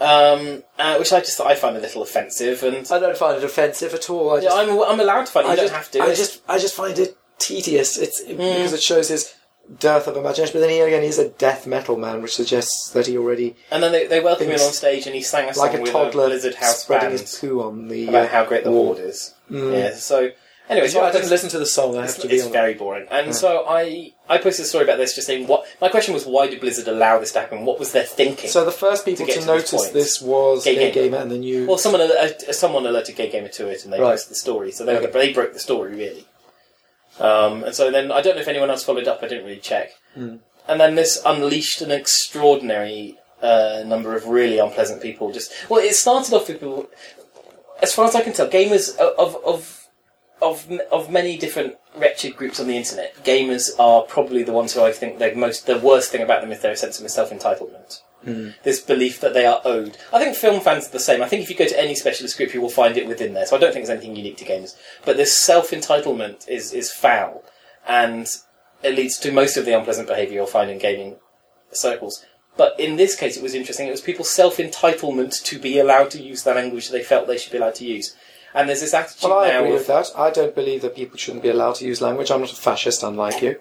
Speaker 1: um, uh, which I just I find a little offensive. And
Speaker 2: I don't find it offensive at all. I just,
Speaker 1: I'm I'm allowed to find. it, Hmm. You
Speaker 2: I
Speaker 1: don't
Speaker 2: just,
Speaker 1: have to.
Speaker 2: I
Speaker 1: It's-
Speaker 2: just, I just find it tedious. It's it- because it shows his dearth of imagination. But then he again, he's a death metal man, which suggests that he already,
Speaker 1: and then they, they welcome him
Speaker 2: Things-
Speaker 1: on stage, and he sang a song
Speaker 2: like a
Speaker 1: with
Speaker 2: toddler,
Speaker 1: a Blizzard House
Speaker 2: spreading
Speaker 1: band
Speaker 2: his poo on the
Speaker 1: about
Speaker 2: uh,
Speaker 1: how great the
Speaker 2: wall.
Speaker 1: horde is.
Speaker 2: Mm.
Speaker 1: Yeah. So anyway, so
Speaker 2: Yeah, I
Speaker 1: I
Speaker 2: didn't
Speaker 1: just-
Speaker 2: listen to the song. I have to be
Speaker 1: it's
Speaker 2: honest.
Speaker 1: very boring. And so I I posted a story about this, just saying what my question was: Why did Blizzard allow this to happen? What was their thinking?
Speaker 2: So the first people
Speaker 1: get
Speaker 2: to,
Speaker 1: to this
Speaker 2: notice
Speaker 1: point.
Speaker 2: this was
Speaker 1: Gay
Speaker 2: Gay
Speaker 1: Gamer.
Speaker 2: Gamer and the new.
Speaker 1: Well, someone alert, uh, someone alerted Gay Gamer to it, and they
Speaker 2: Right.
Speaker 1: posted the story. So they,
Speaker 2: Okay.
Speaker 1: they broke the story really. Um, and so then I don't know if anyone else followed up. I didn't really check.
Speaker 2: Hmm.
Speaker 1: And then this unleashed an extraordinary uh, number of really unpleasant people. Just well, it started off with people. As far as I can tell, gamers uh, of of of of many different wretched groups on the internet, gamers are probably the ones who I think the most the worst thing about them is their sense of self entitlement this belief that they are owed. I think film fans are the same. I think if you go to any specialist group, you will find it within there. So I don't think there's anything unique to games. But this self entitlement is is foul, and it leads to most of the unpleasant behaviour you'll find in gaming circles. But in this case, it was interesting. It was people's self entitlement to be allowed to use the language they felt they should be allowed to use. And there's this attitude
Speaker 2: Well, I
Speaker 1: now
Speaker 2: agree
Speaker 1: of
Speaker 2: with that. I don't believe that people shouldn't be allowed to use language. I'm not a fascist, unlike you.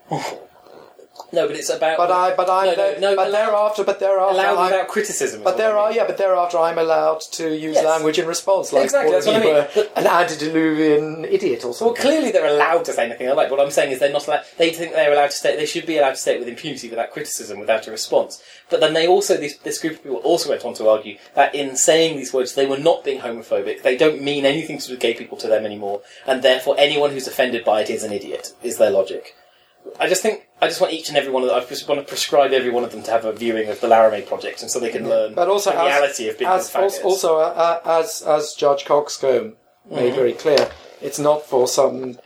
Speaker 1: no, but it's about
Speaker 2: But I, but I,
Speaker 1: no, no, no,
Speaker 2: but
Speaker 1: allow-
Speaker 2: thereafter, but thereafter,
Speaker 1: allowed
Speaker 2: I-
Speaker 1: without criticism. is
Speaker 2: But
Speaker 1: what
Speaker 2: there
Speaker 1: I
Speaker 2: are,
Speaker 1: mean.
Speaker 2: yeah, but thereafter I'm allowed to use
Speaker 1: Yes.
Speaker 2: language in response, like
Speaker 1: Exactly,
Speaker 2: calling
Speaker 1: that's what I
Speaker 2: you
Speaker 1: mean.
Speaker 2: a-
Speaker 1: But-
Speaker 2: an antediluvian idiot or
Speaker 1: Well,
Speaker 2: something.
Speaker 1: clearly they're allowed to say anything they like. What I'm saying is they're not allowed. They think they're allowed to say. They should be allowed to say it with impunity, without criticism, without a response. But then they also this, this group of people also went on to argue that in saying these words, they were not being homophobic. They don't mean anything to do with gay people to them anymore, and therefore anyone who's offended by it is an idiot. Is their logic? I just think I just want each and every one of them, I just want to prescribe every one of them to have a viewing of the Laramie Project, and so they can learn
Speaker 2: but also
Speaker 1: the
Speaker 2: as-
Speaker 1: reality of being
Speaker 2: as,
Speaker 1: a
Speaker 2: also, also uh, uh, as as Judge Coxcomb
Speaker 1: Mm-hmm.
Speaker 2: made very clear, it's not for some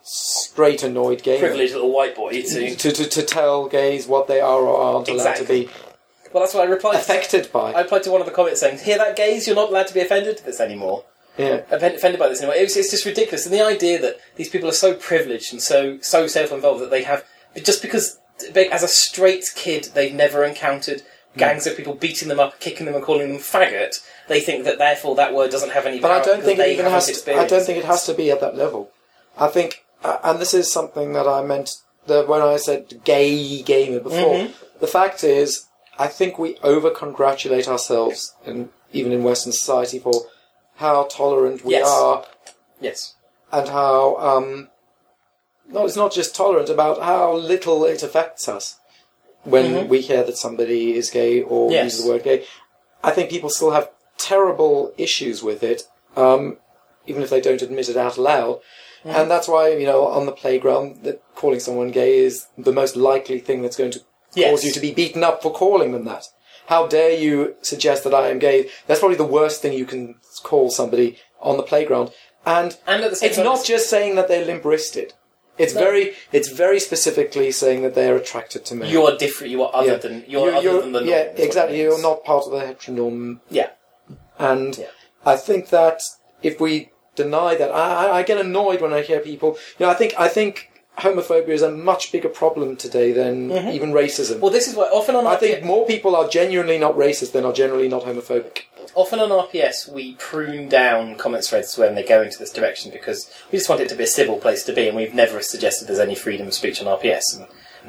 Speaker 2: straight annoyed gamer
Speaker 1: privileged little white boy to.
Speaker 2: to, to to tell gays what they are or aren't allowed to
Speaker 1: Exactly.
Speaker 2: be
Speaker 1: Well, that's what I replied. to.
Speaker 2: affected by.
Speaker 1: I replied to one of the comments saying, "Hear that, gays? You're not allowed to be offended at this anymore.
Speaker 2: yeah.
Speaker 1: Offend- Offended by this anymore. It's, it's just ridiculous." And the idea that these people are so privileged and so so self-involved that they have but just because they, as a straight kid they've never encountered
Speaker 2: Hmm.
Speaker 1: gangs of people beating them up, kicking them, and calling them faggot, they think that therefore that word doesn't have any.
Speaker 2: But I
Speaker 1: power
Speaker 2: don't
Speaker 1: because
Speaker 2: think it
Speaker 1: they
Speaker 2: even
Speaker 1: haven't
Speaker 2: has. To, I
Speaker 1: experienced
Speaker 2: don't think it has to be at that level. I think, uh, and this is something that I meant that when I said gay gamer before.
Speaker 1: Mm-hmm.
Speaker 2: The fact is, I think we over congratulate ourselves, in, even in Western society, for how tolerant we
Speaker 1: Yes.
Speaker 2: are
Speaker 1: Yes.
Speaker 2: and how um, no, it's not just tolerant about how little it affects us when we hear that somebody is gay or
Speaker 1: Mm-hmm. Yes.
Speaker 2: uses the word gay. I think people still have terrible issues with it, um, even if they don't admit it out loud.
Speaker 1: Mm-hmm.
Speaker 2: And that's why you know on the playground that calling someone gay is the most likely thing that's going to
Speaker 1: Yes.
Speaker 2: cause you to be beaten up for calling them that. How dare you suggest that I am gay? That's probably the worst thing you can call somebody on the playground. And
Speaker 1: And at the same
Speaker 2: it's
Speaker 1: time,
Speaker 2: not just saying that they're limp wristed. It's very it's very specifically saying that they're attracted to men.
Speaker 1: you are different. You are other
Speaker 2: Yeah.
Speaker 1: than you're, other than the norm.
Speaker 2: yeah
Speaker 1: is what it
Speaker 2: exactly. You're
Speaker 1: means.
Speaker 2: not part of the heteronorm,
Speaker 1: Yeah.
Speaker 2: and
Speaker 1: Yeah.
Speaker 2: I think that if we deny that, I, I- I get annoyed when I hear people. You know, I think I think homophobia is a much bigger problem today than even racism.
Speaker 1: Mm-hmm. Well, this is why often on
Speaker 2: I
Speaker 1: our-
Speaker 2: think more people are genuinely not racist than are generally not homophobic.
Speaker 1: often on RPS we prune down comment threads when they go into this direction because we just want it to be a civil place to be, and we've never suggested there's any freedom of speech on RPS, and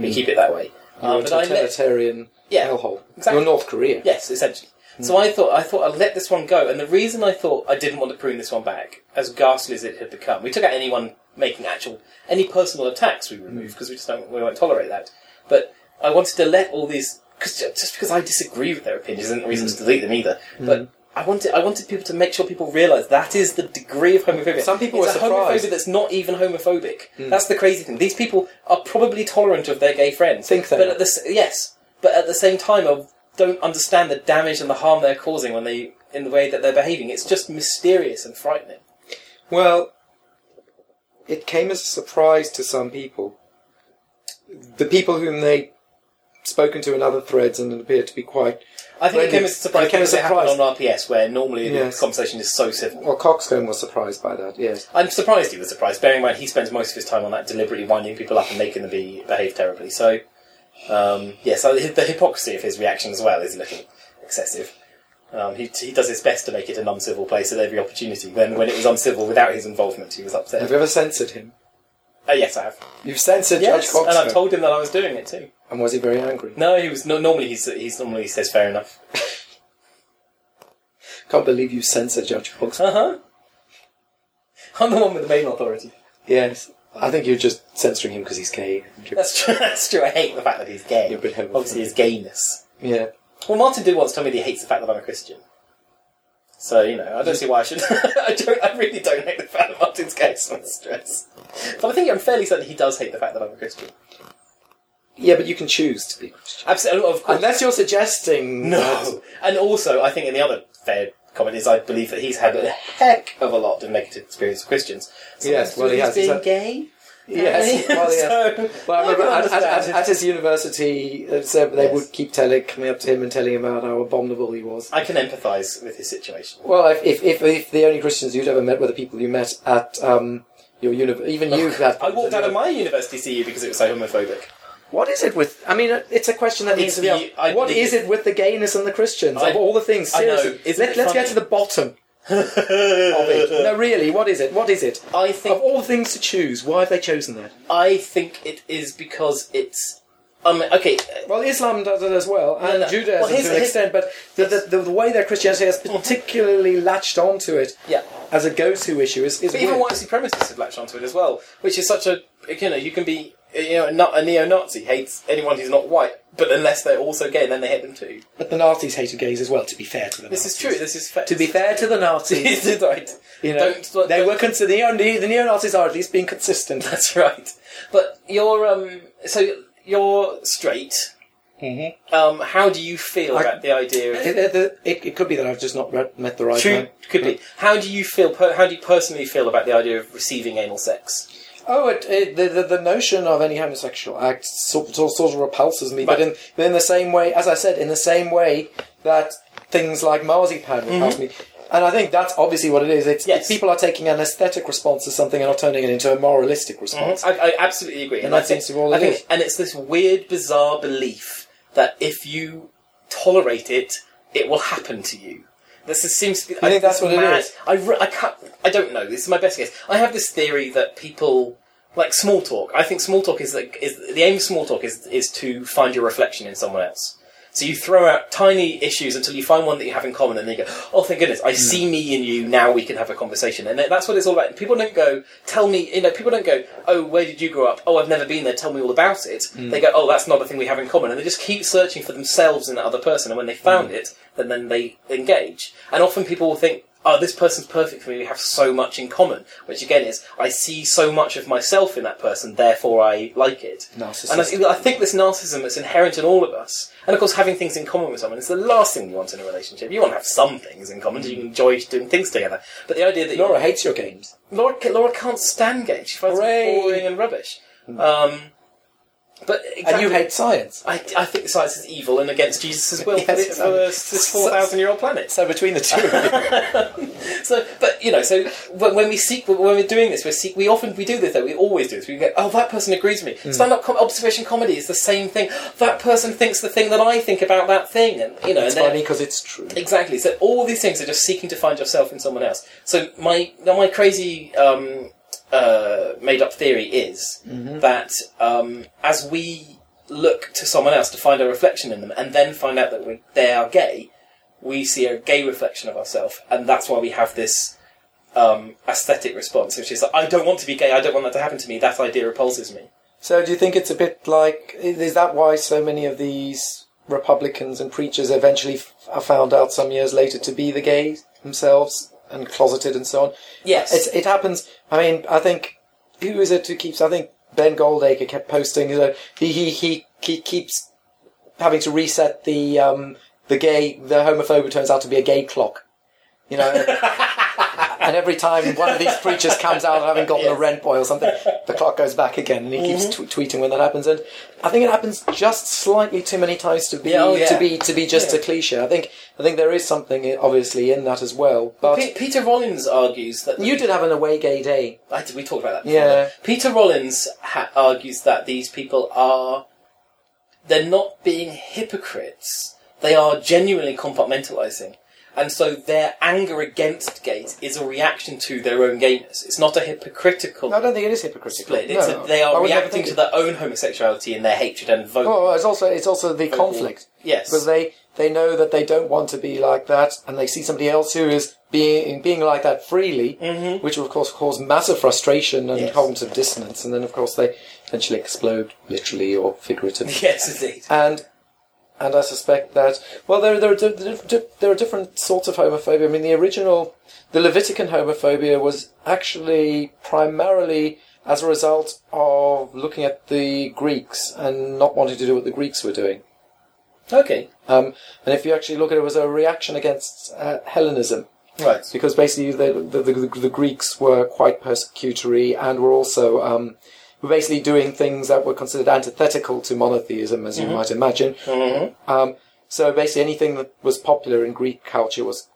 Speaker 1: we keep it that way. Um,
Speaker 2: You're a
Speaker 1: but I let,
Speaker 2: totalitarian
Speaker 1: Yeah,
Speaker 2: hellhole.
Speaker 1: exactly.
Speaker 2: You're North Korea.
Speaker 1: yes, essentially.
Speaker 2: Hmm.
Speaker 1: So I thought I thought I'd let this one go, and the reason I thought I didn't want to prune this one back, as ghastly as it had become, we took out anyone making actual any personal attacks we removed
Speaker 2: Hmm.
Speaker 1: because we just don't we won't tolerate that. But
Speaker 2: Hmm.
Speaker 1: I wanted to let all these because just because I disagree with their opinions isn't a reason to delete them either. But I wanted I wanted people to make sure people realise that is the degree of homophobia.
Speaker 2: Some people
Speaker 1: it's
Speaker 2: were
Speaker 1: a
Speaker 2: surprised.
Speaker 1: homophobia that's not even homophobic. That's the crazy thing. These people are probably tolerant of their gay friends.
Speaker 4: Think they
Speaker 1: but
Speaker 4: are.
Speaker 1: at the s- yes, but at the same time, are, don't understand the damage and the harm they're causing when they in the way that they're behaving. It's just mysterious and frightening.
Speaker 2: Well, it came as a surprise to some people. The people whom they spoken to in other threads and appeared to be quite
Speaker 1: I think it
Speaker 2: Really?
Speaker 1: came as a surprise.
Speaker 2: It came
Speaker 1: because
Speaker 2: as a
Speaker 1: it happened
Speaker 2: surprise.
Speaker 1: on RPS, where normally
Speaker 2: Yes.
Speaker 1: the conversation is so civil.
Speaker 2: well. Coxcomb was surprised by that. Yes,
Speaker 1: I'm surprised he was surprised, bearing in mind he spends most of his time on that deliberately winding people up and making them be, behave terribly. So, um, yeah, so the, the hypocrisy of his reaction as well is a little excessive. Um, he, he does his best to make it an uncivil place at every opportunity. Then, when it was uncivil without his involvement, he was
Speaker 2: have
Speaker 1: upset.
Speaker 2: you ever censored him?
Speaker 1: Uh, yes, I have.
Speaker 2: You've censored
Speaker 1: Yes,
Speaker 2: Judge
Speaker 1: and
Speaker 2: Coxcomb,
Speaker 1: I've told him that I was doing it too.
Speaker 2: And was he very angry?
Speaker 1: No, he was no, normally he's he's normally says fair enough.
Speaker 2: Can't believe you censored Judge Coxcomb.
Speaker 1: Uh huh. I'm the one with the main authority.
Speaker 2: yes, I think you're just censoring him because he's gay.
Speaker 1: That's true. That's true. I hate the fact that he's gay.
Speaker 2: You're a bit homophobic.
Speaker 1: Obviously, his gayness.
Speaker 2: Yeah.
Speaker 1: Well, Martin did once tell me that he hates the fact that I'm a Christian. So, you know, I don't see why I should. I, don't, I really don't hate the fact that Martin's gay, so it's stress. But I think I'm fairly certain he does hate the fact that I'm a Christian.
Speaker 2: Yeah, but you can choose to be.
Speaker 1: Absolutely, oh, of course.
Speaker 2: Unless you're suggesting.
Speaker 1: No! And also, I think in the other fair comment is I believe that he's had a heck of a lot of negative experience with Christians. So
Speaker 2: Yes, well, he
Speaker 1: he's
Speaker 2: has. He's
Speaker 1: being
Speaker 2: had-
Speaker 1: gay?
Speaker 2: Yes. well, yes.
Speaker 1: so,
Speaker 2: Well, I
Speaker 1: I
Speaker 2: remember
Speaker 1: can
Speaker 2: at, at, at,
Speaker 1: understand.
Speaker 2: at his university, uh, so they
Speaker 1: Yes.
Speaker 2: would keep telling, coming up to him and telling him about how abominable he was.
Speaker 1: I can empathise with his situation.
Speaker 2: Well, if, if, if, if the only Christians you'd ever met were the people you met at um, your university, even you had.
Speaker 1: I walked out of my university CU because it was so homophobic.
Speaker 2: What is it with? I mean, uh, it's a question that needs
Speaker 1: It's
Speaker 2: to be.
Speaker 1: the- I-
Speaker 2: asked. What is it with the gayness and the Christians
Speaker 1: I-
Speaker 2: of all the things?
Speaker 1: I know.
Speaker 2: Seriously,
Speaker 1: Isn't
Speaker 2: Let,
Speaker 1: it
Speaker 2: let's get
Speaker 1: funny?
Speaker 2: to the bottom of it. Oh, no, really, what is it? What is it?
Speaker 1: I
Speaker 2: Of
Speaker 1: think
Speaker 2: all the things to choose, why have they chosen that?
Speaker 1: I think it is because it's. Um, okay, uh,
Speaker 2: Well, Islam does it as well, and
Speaker 1: no.
Speaker 2: Judaism
Speaker 1: Well, here's-
Speaker 2: to an
Speaker 1: here's-
Speaker 2: extent, but the, the, the, the way that Christianity has particularly latched onto it
Speaker 1: yeah.
Speaker 2: as a go-to issue is, is
Speaker 1: But even
Speaker 2: weird.
Speaker 1: white supremacists have latched onto it as well, which is such a. You know, you can be. You know, a na- a neo-Nazi hates anyone who's not white, but unless they're also gay, then they hate them too.
Speaker 2: But the Nazis hated gays as well. To be fair to them,
Speaker 1: This is true. This is fair.
Speaker 2: To be fair to the
Speaker 1: this
Speaker 2: Nazis,
Speaker 1: is right.
Speaker 2: you know,
Speaker 1: Don't- don't-
Speaker 2: they were considered the neo the neo Nazis are at least being consistent.
Speaker 1: That's right. But you're um. So you're straight. Mm-hmm. Um, how do you feel
Speaker 2: I-
Speaker 1: about the idea? Of,
Speaker 2: It, it, it, it could be that I've just not re- met the right
Speaker 1: true
Speaker 2: man.
Speaker 1: could be. How do you feel? Per, how do you personally feel about the idea of receiving anal sex?
Speaker 2: Oh, it, it, the, the the notion of any homosexual act sort, sort, sort of repulses me, but
Speaker 1: Right.
Speaker 2: in but in the same way, as I said, in the same way that things like marzipan repulse me. And I think that's obviously what it is. It's
Speaker 1: Mm-hmm. Yes.
Speaker 2: people are taking an aesthetic response to something and not turning it into a moralistic response.
Speaker 1: I, I absolutely agree.
Speaker 2: And that
Speaker 1: I think-
Speaker 2: seems to be all
Speaker 1: I
Speaker 2: it
Speaker 1: think-
Speaker 2: is.
Speaker 1: And it's this weird, bizarre belief that if you tolerate it, it will happen to you. This is, seems to be. I
Speaker 2: think that's what it
Speaker 1: mad-
Speaker 2: is?
Speaker 1: I, re- I can't. I don't know. This is my best guess. I have this theory that people like small talk. I think small talk is the, is the aim of small talk is is to find your reflection in someone else. So you throw out tiny issues until you find one that you have in common, and then you go, "Oh, thank goodness, I see me in you. Now we can have a conversation." And that's what it's all about. People don't go, "Tell me," you know. People don't go, "Oh, where did you grow up? Oh, I've never been there. Tell me all about it." They go, "Oh, that's not a thing we have in common," and they just keep searching for themselves in that other person. And when they found it, then then they engage. And often people will think, oh, this person's perfect for me, we have so much in common. Which again is, I see so much of myself in that person, therefore I like it. And I,
Speaker 2: Narcissistic.
Speaker 1: I think this narcissism is inherent in all of us. And of course, having things in common with someone is the last thing you want in a relationship. You want to have some things in common, so you can enjoy doing things together. But the idea that
Speaker 2: Laura hates your games.
Speaker 1: you, Laura, ca- Laura can't stand games, she finds
Speaker 2: Hooray. Hmm.
Speaker 1: them boring and rubbish. Um, but
Speaker 2: And you
Speaker 1: exactly-
Speaker 2: hate science.
Speaker 1: I, I think science is evil and against Jesus' will for,
Speaker 2: Yes,
Speaker 1: the- for the- this 4,000 year old planet.
Speaker 2: So between the two of you.
Speaker 1: So, but you know, so when, when we seek, when we're doing this, we seek. We often we do this though. We always do this. We go, oh, that person agrees with
Speaker 2: Hmm.
Speaker 1: me. Stand up com- observation comedy is the same thing. That person thinks the thing that I think about that thing, and you know,
Speaker 2: it's
Speaker 1: and then-
Speaker 2: funny because it's true.
Speaker 1: Exactly. So all these things are just seeking to find yourself in someone else. So my now my crazy um, uh, made up theory is that um, as we look to someone else to find a reflection in them, and then find out that we they are gay, we see a gay reflection of ourselves, and that's why we have this um, aesthetic response, which is like, I don't want to be gay. I don't want that to happen to me. That idea repulses me.
Speaker 2: So do you think it's a bit like? Is that why so many of these Republicans and preachers eventually f- are found out some years later to be the gays themselves and closeted and so on.
Speaker 1: Yes.
Speaker 2: It's, it happens. I mean, I think who is it who keeps? I think Ben Goldacre kept posting. You know, he he he he keeps having to reset the um the gay the homophobe who turns out to be a gay clock. You know. And every time one of these preachers comes out having gotten a rent boy or something, the clock goes back again, and he keeps
Speaker 1: Mm-hmm.
Speaker 2: tw- tweeting when that happens. And I think it happens just slightly too many times to be
Speaker 1: Yeah, oh, yeah.
Speaker 2: to be to be just a cliche. I think I think there is something obviously in that as well. But
Speaker 1: Pe- Peter Rollins argues that
Speaker 2: you did have an away gay day.
Speaker 1: I did- we talked about that. Before.
Speaker 2: Yeah.
Speaker 1: Peter Rollins ha- argues that these people are they're not being hypocrites. They are genuinely compartmentalizing. And so their anger against Gates is a reaction to their own gayness. It's not a hypocritical
Speaker 2: I don't think it is hypocritical.
Speaker 1: split. It's
Speaker 2: no,
Speaker 1: a, they
Speaker 2: I
Speaker 1: are
Speaker 2: would never
Speaker 1: reacting
Speaker 2: think
Speaker 1: to
Speaker 2: it-
Speaker 1: their own homosexuality and their hatred and vote.
Speaker 2: Well, it's also it's also the conflict
Speaker 1: yes.
Speaker 2: because they they know that they don't want to be like that, and they see somebody else who is being being like that freely, which will of course cause massive frustration and
Speaker 1: Mm-hmm. Yes.
Speaker 2: cognitive dissonance, and then of course they eventually explode, literally or figuratively.
Speaker 1: yes, indeed.
Speaker 2: and and I suspect that well, there there are di- di- di- there are different sorts of homophobia. I mean, the original, the Levitican homophobia was actually primarily as a result of looking at the Greeks and not wanting to do what the Greeks were doing.
Speaker 1: Okay.
Speaker 2: Um, and if you actually look at it, it was a reaction against uh, Hellenism
Speaker 1: Right.
Speaker 2: because basically the, the, the, the Greeks were quite persecutory and were also um, were basically doing things that were considered antithetical to monotheism,
Speaker 1: Mm-hmm.
Speaker 2: as you might imagine. Um, so basically, anything that was popular in Greek culture was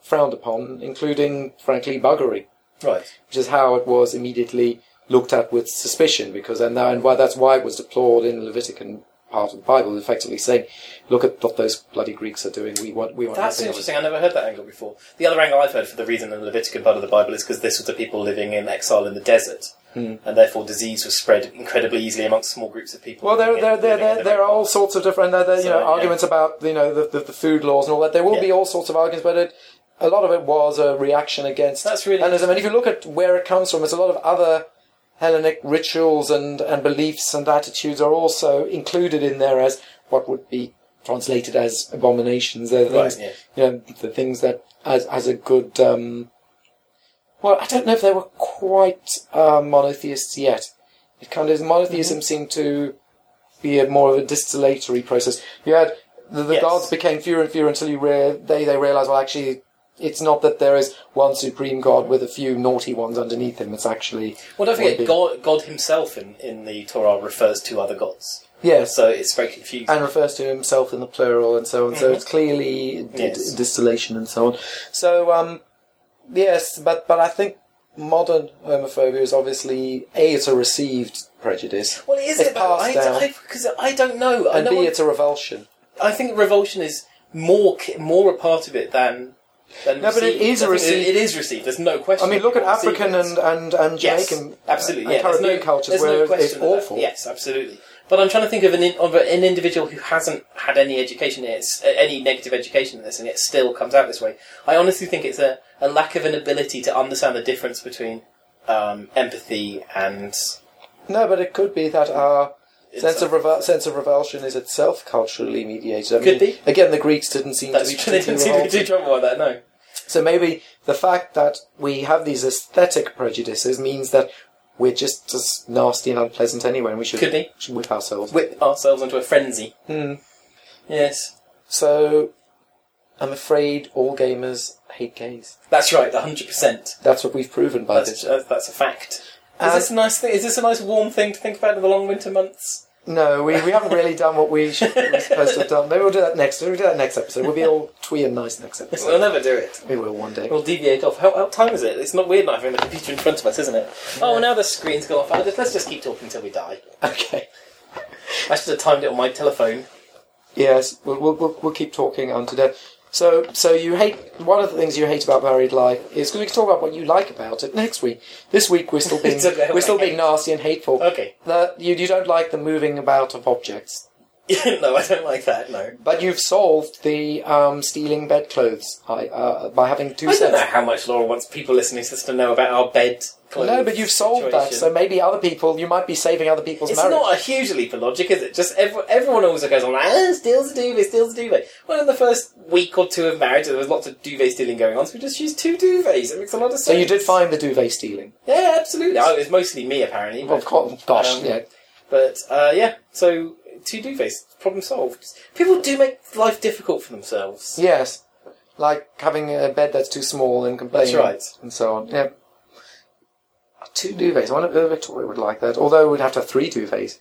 Speaker 2: frowned upon, including, frankly, buggery
Speaker 1: Right.
Speaker 2: which is how it was immediately looked at with suspicion, because and, that, and why that's why it was deplored in the Levitican part of the Bible, effectively saying, "Look at what those bloody Greeks are doing. We want, we want."
Speaker 1: That's
Speaker 2: nothing of it."
Speaker 1: interesting. I never heard that angle before. The other angle I've heard for the reason in the Levitican part of the Bible is because this was the people living in exile in the desert,
Speaker 2: Hmm.
Speaker 1: and therefore disease was spread incredibly easily amongst small groups of people.
Speaker 2: Well, there,
Speaker 1: living
Speaker 2: there,
Speaker 1: in-
Speaker 2: there,
Speaker 1: living in
Speaker 2: there,
Speaker 1: the
Speaker 2: there
Speaker 1: very
Speaker 2: are all sorts of different uh, there, there, you
Speaker 1: So,
Speaker 2: know,
Speaker 1: yeah.
Speaker 2: arguments about you know the, the, the food laws and all that. There will be
Speaker 1: Yeah.
Speaker 2: all sorts of arguments, but it, a lot of it was a reaction against
Speaker 1: That's really
Speaker 2: Hellenism. And if you look at where it comes from, it's a lot of other Hellenic rituals and, and beliefs and attitudes are also included in there as what would be translated as abominations. They're the
Speaker 1: Right,
Speaker 2: things,
Speaker 1: yeah.
Speaker 2: you know, the things that as as a good. Um, well, I don't know if they were quite uh, monotheists yet. It kind of monotheism
Speaker 1: Mm-hmm.
Speaker 2: seemed to be a more of a distillatory process. You had the, the
Speaker 1: Yes.
Speaker 2: gods became fewer and fewer until you rea- they they realized well actually it's not that there is one supreme god with a few naughty ones underneath him. It's actually
Speaker 1: Well, don't
Speaker 2: one big-
Speaker 1: forget, God, God himself in, in the Torah refers to other gods,
Speaker 2: Yes,
Speaker 1: so it's very confusing.
Speaker 2: and refers to himself in the plural and so on. So it's clearly d-
Speaker 1: Mm-hmm. Yes.
Speaker 2: d- distillation and so on. So um, yes, but but I think modern homophobia is obviously a it's a received prejudice.
Speaker 1: well, is
Speaker 2: it's
Speaker 1: it about?
Speaker 2: passed down.
Speaker 1: Because I, don't know. I,
Speaker 2: and
Speaker 1: know
Speaker 2: B,
Speaker 1: I-
Speaker 2: it's a revulsion.
Speaker 1: I think revulsion is more ki- more a part of it than. than
Speaker 2: No, but it
Speaker 1: received.
Speaker 2: is
Speaker 1: I think
Speaker 2: received-
Speaker 1: It is received. There's no question.
Speaker 2: I mean, look at
Speaker 1: People receive
Speaker 2: African
Speaker 1: it.
Speaker 2: and, and, and
Speaker 1: Yes,
Speaker 2: Jamaican uh,
Speaker 1: absolutely,
Speaker 2: and
Speaker 1: yeah. There's
Speaker 2: Caribbean
Speaker 1: no,
Speaker 2: cultures
Speaker 1: there's
Speaker 2: where
Speaker 1: no
Speaker 2: it-
Speaker 1: question
Speaker 2: it's
Speaker 1: of that.
Speaker 2: awful.
Speaker 1: Yes, absolutely. But I'm trying to think of an in- of a- an individual who hasn't had any education in this, uh, any negative education in this, and yet still comes out this way. I honestly think it's a, a lack of an ability to understand the difference between um, empathy and
Speaker 2: No, but it could be that our sense
Speaker 1: It's
Speaker 2: of revul- sense of revulsion is itself culturally mediated. I
Speaker 1: Could
Speaker 2: mean,
Speaker 1: be.
Speaker 2: Again, the Greeks didn't seem
Speaker 1: that's
Speaker 2: to be
Speaker 1: true. They
Speaker 2: particularly
Speaker 1: didn't seem to be
Speaker 2: revulsed.
Speaker 1: too trouble with that. No,
Speaker 2: So maybe the fact that we have these aesthetic prejudices means that we're just as nasty and unpleasant anyway, and we should,
Speaker 1: Could be.
Speaker 2: should whip ourselves.
Speaker 1: whip ourselves into a frenzy.
Speaker 2: Hmm.
Speaker 1: Yes,
Speaker 2: So I'm afraid all gamers hate gays.
Speaker 1: that's right. hundred percent.
Speaker 2: That's what we've proven by
Speaker 1: That's
Speaker 2: this.
Speaker 1: uh, that's a fact. Is
Speaker 2: And-
Speaker 1: this a nice thing? Is this a nice warm thing to think about in the long winter months?
Speaker 2: No, we, we haven't really done what we should, we're supposed to have done. Maybe we'll do that next. We'll do that next episode. We'll be all twee and nice next episode.
Speaker 1: We'll never do it.
Speaker 2: We will one day.
Speaker 1: We'll deviate off. How, how time is it? It's not weird not having the computer in front of us, isn't it? Oh, now the screen's gone off. I'll just, let's just keep talking till we die.
Speaker 2: Okay.
Speaker 1: I should have timed it on my telephone.
Speaker 2: Yes, we'll, we'll, we'll, we'll keep talking on to death. So, so you hate one of the things you hate about married life is because we can talk about what you like about it next week. This week we're still being
Speaker 1: It's about
Speaker 2: we're still
Speaker 1: what I
Speaker 2: being nasty and hateful.
Speaker 1: Okay.
Speaker 2: That you you don't like the moving about of objects.
Speaker 1: no, I don't like that. No,
Speaker 2: But you've solved the um, stealing bedclothes I, uh, by having two
Speaker 1: I don't know
Speaker 2: sets.
Speaker 1: how much Laura wants people listening to this to know about our bed. clothes
Speaker 2: No, but you've solved that,
Speaker 1: situation.
Speaker 2: so maybe other people, you might be saving other people's
Speaker 1: It's
Speaker 2: marriage.
Speaker 1: not a huge leap of logic, is it? Just every, everyone always goes on, ah, steals a duvet, steals a duvet. Well, in the first week or two of marriage, there was lots of duvet stealing going on, so we just used two duvets. It makes a lot of sense.
Speaker 2: so you did find the duvet stealing.
Speaker 1: Yeah, absolutely. Oh, it was mostly me, apparently.
Speaker 2: Of
Speaker 1: but-
Speaker 2: course, gosh,
Speaker 1: Um,
Speaker 2: yeah.
Speaker 1: But uh, yeah, so two duvets, problem solved. People do make life difficult for themselves.
Speaker 2: Yes. Like having a bed that's too small and complaining.
Speaker 1: right.
Speaker 2: And so on. Yeah. Two duvets. I wonder if uh, Victoria would like that. Although we'd have to have three duvets.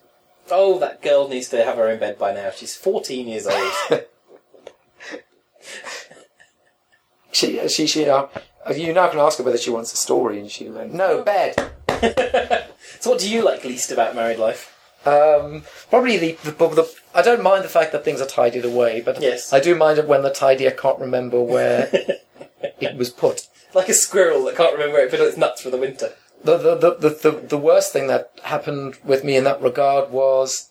Speaker 1: Oh, that girl needs to have her own bed by now. She's 14 years old.
Speaker 2: She, uh, she, she, uh, you now can ask her whether she wants a story, and she went, no, bed.
Speaker 1: so, what do you like least about married life?
Speaker 2: Um, probably the, the, the. I don't mind the fact that things are tidied away, but
Speaker 1: Yes.
Speaker 2: I do mind it when the tidier can't remember where it was put.
Speaker 1: Like a squirrel that can't remember where it put its nuts for the winter.
Speaker 2: the, the, the, the, the, the worst thing that happened with me in that regard was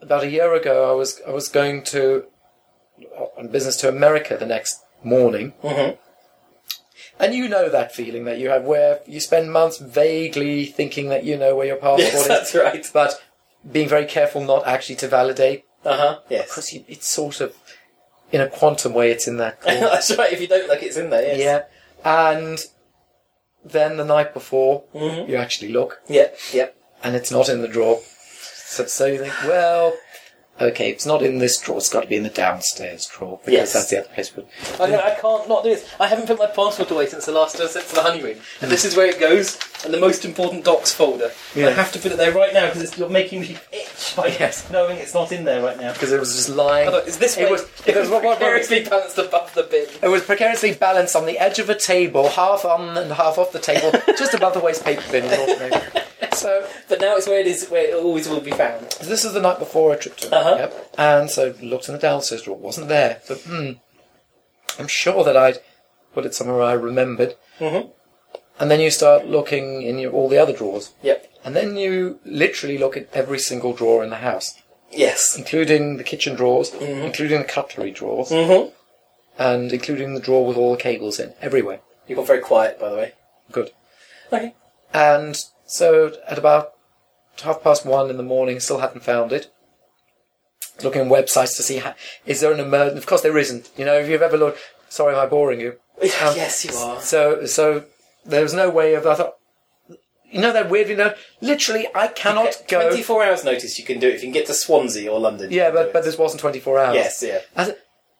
Speaker 2: about a year ago I was I was going to uh, on business to America the next morning
Speaker 1: Mhm.
Speaker 2: and you know that feeling that you have where you spend months vaguely thinking that you know where your passport
Speaker 1: Yes,
Speaker 2: is
Speaker 1: that's right.
Speaker 2: but being very careful not actually to validate
Speaker 1: Uh huh. Yes.
Speaker 2: because it's sort of in a quantum way it's in that corner.
Speaker 1: that's right. If you don't like it, it's in there. Yes.
Speaker 2: yeah and then the night before
Speaker 1: Mm-hmm.
Speaker 2: you actually look
Speaker 1: Yeah. Yeah.
Speaker 2: and it's not in the drawer. So, so you think, well, okay, it's not in this drawer. It's got to be in the downstairs drawer because
Speaker 1: Yes.
Speaker 2: that's the other place. But
Speaker 1: I, know, I can't not do this. I haven't put my passport away since the last uh, since the honeymoon, and this is where it goes. And the most important docs folder. I
Speaker 2: Yeah.
Speaker 1: have to put it there right now because you're making me itch by
Speaker 2: Yes.
Speaker 1: knowing it's not in there right now.
Speaker 2: because it was just lying,
Speaker 1: Although, is this
Speaker 2: It
Speaker 1: way-
Speaker 2: was- it was- what- what-
Speaker 1: precariously balanced above the bin.
Speaker 2: it was precariously balanced on the edge of a table, half on and half off the table, just above the waste paper bin. so
Speaker 1: But now it's where it is, where it always will be found.
Speaker 2: this is the night before a trip to
Speaker 1: Uh-huh.
Speaker 2: yep. and so looked in the downstairs drawer, wasn't there. But hmm, I'm sure that I'd put it somewhere I remembered.
Speaker 1: Mhm.
Speaker 2: And then you start looking in your, all the other drawers.
Speaker 1: Yep.
Speaker 2: And then you literally look at every single drawer in the house,
Speaker 1: Yes.
Speaker 2: including the kitchen drawers, including the cutlery drawers,
Speaker 1: Mm-hmm.
Speaker 2: and including the drawer with all the cables in, everywhere.
Speaker 1: You got very quiet, by the way.
Speaker 2: Good.
Speaker 1: Okay.
Speaker 2: And so at about half past one in the morning, still hadn't found it. Looking on websites to see how, is there an emergency? Of course there isn't. You know, if you've ever looked, sorry, am I boring you? Um,
Speaker 1: yes, you are.
Speaker 2: So, so there was no way of. I thought, you know that weird, you know, literally I cannot go.
Speaker 1: Twenty-four hours notice. You can do it if you can get to Swansea or London. you
Speaker 2: Yeah,
Speaker 1: can
Speaker 2: but,
Speaker 1: do
Speaker 2: but
Speaker 1: it.
Speaker 2: this wasn't 24 hours.
Speaker 1: yes, yeah.
Speaker 2: I said,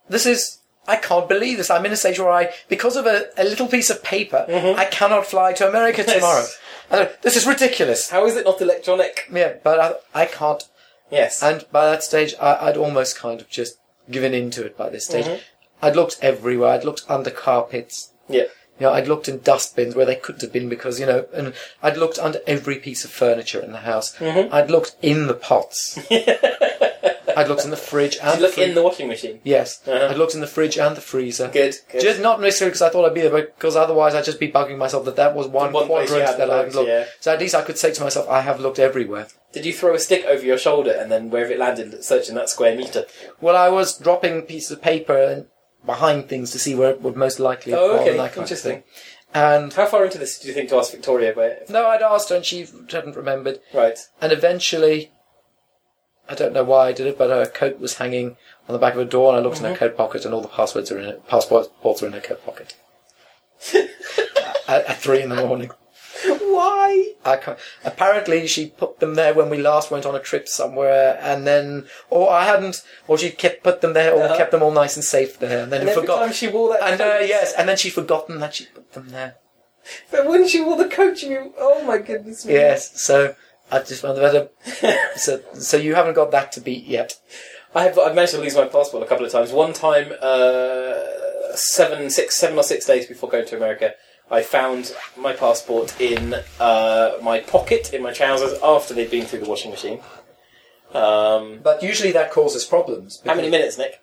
Speaker 2: this is. I can't believe this. I'm in a stage where I, because of a, a little piece of paper,
Speaker 1: Mm-hmm.
Speaker 2: I cannot fly to America tomorrow. I said, this is ridiculous.
Speaker 1: How is it not electronic?
Speaker 2: Yeah, but I, I can't.
Speaker 1: Yes.
Speaker 2: And by that stage, I, I'd almost kind of just given into it by this stage.
Speaker 1: Mm-hmm.
Speaker 2: I'd looked everywhere. I'd looked under carpets.
Speaker 1: yeah.
Speaker 2: You know, I'd looked in dustbins where they couldn't have been because, you know, and I'd looked under every piece of furniture in the house.
Speaker 1: Mm-hmm.
Speaker 2: I'd looked in the pots. I'd looked in the fridge and
Speaker 1: Look
Speaker 2: the
Speaker 1: in the washing machine.
Speaker 2: Yes,
Speaker 1: Uh-huh.
Speaker 2: I looked in the fridge and the freezer.
Speaker 1: Good. good.
Speaker 2: Just not necessarily because I thought I'd be there, because otherwise I'd just be bugging myself that that was one,
Speaker 1: One place you
Speaker 2: quadrant
Speaker 1: hadn't
Speaker 2: that I hadn't
Speaker 1: looked,
Speaker 2: looked.
Speaker 1: yeah.
Speaker 2: So at least I could say to myself, I have looked everywhere.
Speaker 1: Did you throw a stick over your shoulder and then wherever it landed, searching that square meter?
Speaker 2: Well, I was dropping pieces of paper and behind things to see where it would most likely have
Speaker 1: Oh,
Speaker 2: fallen.
Speaker 1: okay.
Speaker 2: that kind of
Speaker 1: Interesting.
Speaker 2: thing. And
Speaker 1: How far into this do you think to ask Victoria? Where?
Speaker 2: no, I'd asked her and she hadn't remembered.
Speaker 1: Right.
Speaker 2: And eventually, I don't know why I did it, but her coat was hanging on the back of a door, and I looked in
Speaker 1: Mm-hmm.
Speaker 2: her coat pocket, and all the passwords are in it. Passports are in her coat pocket. at, at three in the morning.
Speaker 1: Why?
Speaker 2: I can't, apparently, she put them there when we last went on a trip somewhere, and then, or I hadn't, or she kept put them there, or
Speaker 1: Uh-huh.
Speaker 2: kept them all nice and safe there, and then
Speaker 1: And every
Speaker 2: forgot.
Speaker 1: time she wore that.
Speaker 2: And uh,
Speaker 1: coat-
Speaker 2: yes, and then she'd forgotten that she put them there.
Speaker 1: But when she wore the coat, you. Oh my goodness. me.
Speaker 2: Yes, so I just found that. So, so you haven't got that to beat yet.
Speaker 1: I have. I've managed to lose my passport a couple of times. One time, uh, seven, six, seven or six days before going to America, I found my passport in uh, my pocket in my trousers after they'd been through the washing machine. Um,
Speaker 2: But usually that causes problems.
Speaker 1: how many minutes, Nick?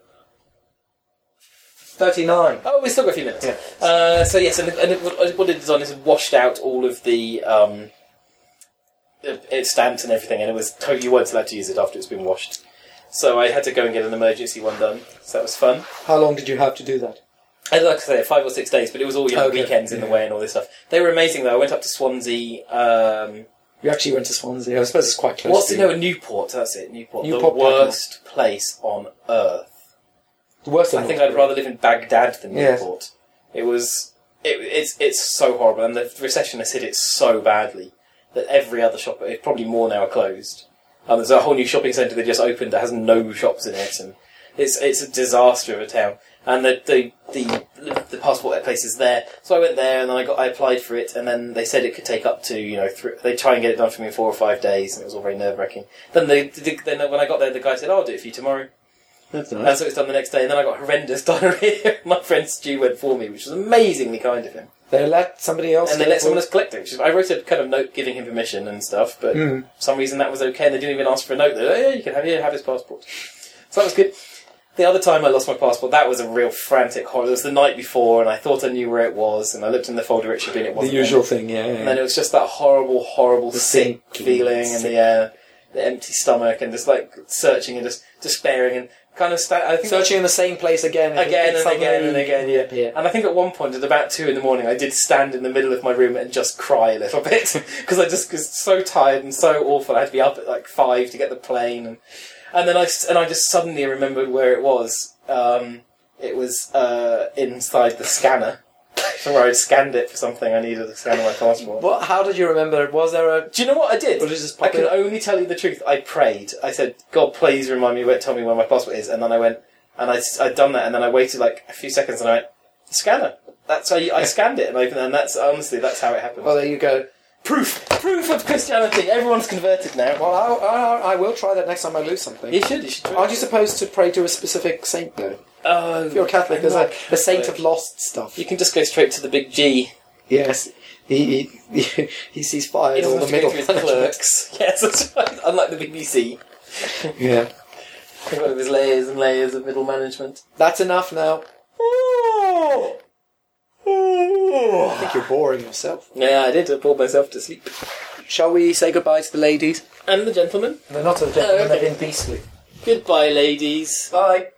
Speaker 2: Thirty-nine.
Speaker 1: Oh, we've still got a few minutes.
Speaker 2: Yeah.
Speaker 1: Uh, so yes, and, and it, what it had done is it washed out all of the um, it- it's stamped and everything, and it was totally you weren't allowed to use it after it's been washed. So I had to go and get an emergency one done. So that was fun.
Speaker 2: How long did you have to do that?
Speaker 1: I like to say five or six days, but it was all you know,
Speaker 2: Okay.
Speaker 1: weekends in the way and all this stuff. They were amazing though. I went up to Swansea. Um,
Speaker 2: You actually went to Swansea. I suppose it's quite close.
Speaker 1: what's
Speaker 2: to
Speaker 1: it?
Speaker 2: you.
Speaker 1: No, Newport. That's it. Newport.
Speaker 2: Newport,
Speaker 1: the worst place on earth.
Speaker 2: The worst of
Speaker 1: I think
Speaker 2: North
Speaker 1: I'd rather live in Baghdad than
Speaker 2: Yes.
Speaker 1: Newport. It was. It, it's it's so horrible, and the recession has hit it so badly that every other shop, probably more now, are closed. Um, there's a whole new shopping centre they just opened that has no shops in it, and it's it's a disaster of a town. And the the the, the passport place is there, so I went there and I got I applied for it, and then they said it could take up to you know three, they try and get it done for me in four or five days, and it was all very nerve wracking. Then they the, then when I got there, the guy said, "Oh, "I'll do it for you tomorrow."
Speaker 2: That's
Speaker 1: And so it was done the next day, and then I got horrendous diarrhea. My friend Stu went for me, which was amazingly kind of him.
Speaker 2: They let somebody else.
Speaker 1: And they
Speaker 2: go
Speaker 1: let someone
Speaker 2: for-
Speaker 1: else collect it. Which is, I wrote a kind of note giving him permission and stuff, but
Speaker 2: Mm.
Speaker 1: for some reason that was okay, and they didn't even ask for a note. They were like, yeah, you can have here, have his passport. So that was good. The other time I lost my passport, that was a real frantic horror. It was the night before, and I thought I knew where it was, and I looked in the folder it should be, and it
Speaker 2: The
Speaker 1: wasn't. there.
Speaker 2: usual thing, yeah.
Speaker 1: And then it was just that horrible, horrible sick
Speaker 2: sinking,
Speaker 1: feeling and
Speaker 2: sick.
Speaker 1: the uh, the empty stomach, and just like searching and just despairing and kind of. Sta- I think
Speaker 2: Searching in the same place again, and
Speaker 1: Again
Speaker 2: it's
Speaker 1: and
Speaker 2: suddenly
Speaker 1: again and again, yeah.
Speaker 2: reappear.
Speaker 1: And I think at one point, at about two in the morning, I did stand in the middle of my room and just cry a little bit because I just was so tired and so awful. I had to be up at like five to get the plane, and and then I s- and I just suddenly remembered where it was. Um, it was uh, inside the scanner, where I'd scanned it for something. I needed to scan my passport.
Speaker 2: What? How did you remember? Was there a?
Speaker 1: Do you know what I did?
Speaker 2: Or did it just
Speaker 1: I
Speaker 2: pop
Speaker 1: can
Speaker 2: in?
Speaker 1: only tell you the truth. I prayed. I said, God, please remind me where, tell me where my passport is. And then I went, and I, had done that, and then I waited like a few seconds, and I went, scanner. That's how you, I scanned it, and opened, and that's honestly, that's how it happened.
Speaker 2: Well, there you go.
Speaker 1: proof, proof of Christianity. Everyone's converted now.
Speaker 2: Well, I, I, I will try that next time I lose something.
Speaker 1: you should, you should.
Speaker 2: Aren't you supposed to pray to a specific saint though?
Speaker 1: Oh,
Speaker 2: If you're a Catholic, there's a, the saint of lost stuff.
Speaker 1: You can just go straight to the big G.
Speaker 2: Yes, he he, he, he sees fire
Speaker 1: It
Speaker 2: in all
Speaker 1: doesn't
Speaker 2: the
Speaker 1: have to go
Speaker 2: middle.
Speaker 1: through his clerks. yes, that's right. Unlike the BBC,
Speaker 2: yeah,
Speaker 1: they've got all these layers and layers of middle management.
Speaker 2: that's enough now. I think you're boring yourself.
Speaker 1: Yeah, I did. I pulled myself to sleep.
Speaker 2: Shall we say goodbye to the ladies?
Speaker 1: And the gentleman.
Speaker 2: They're not the
Speaker 1: gentlemen, they've
Speaker 2: been beastly.
Speaker 1: Goodbye, ladies.
Speaker 2: Bye.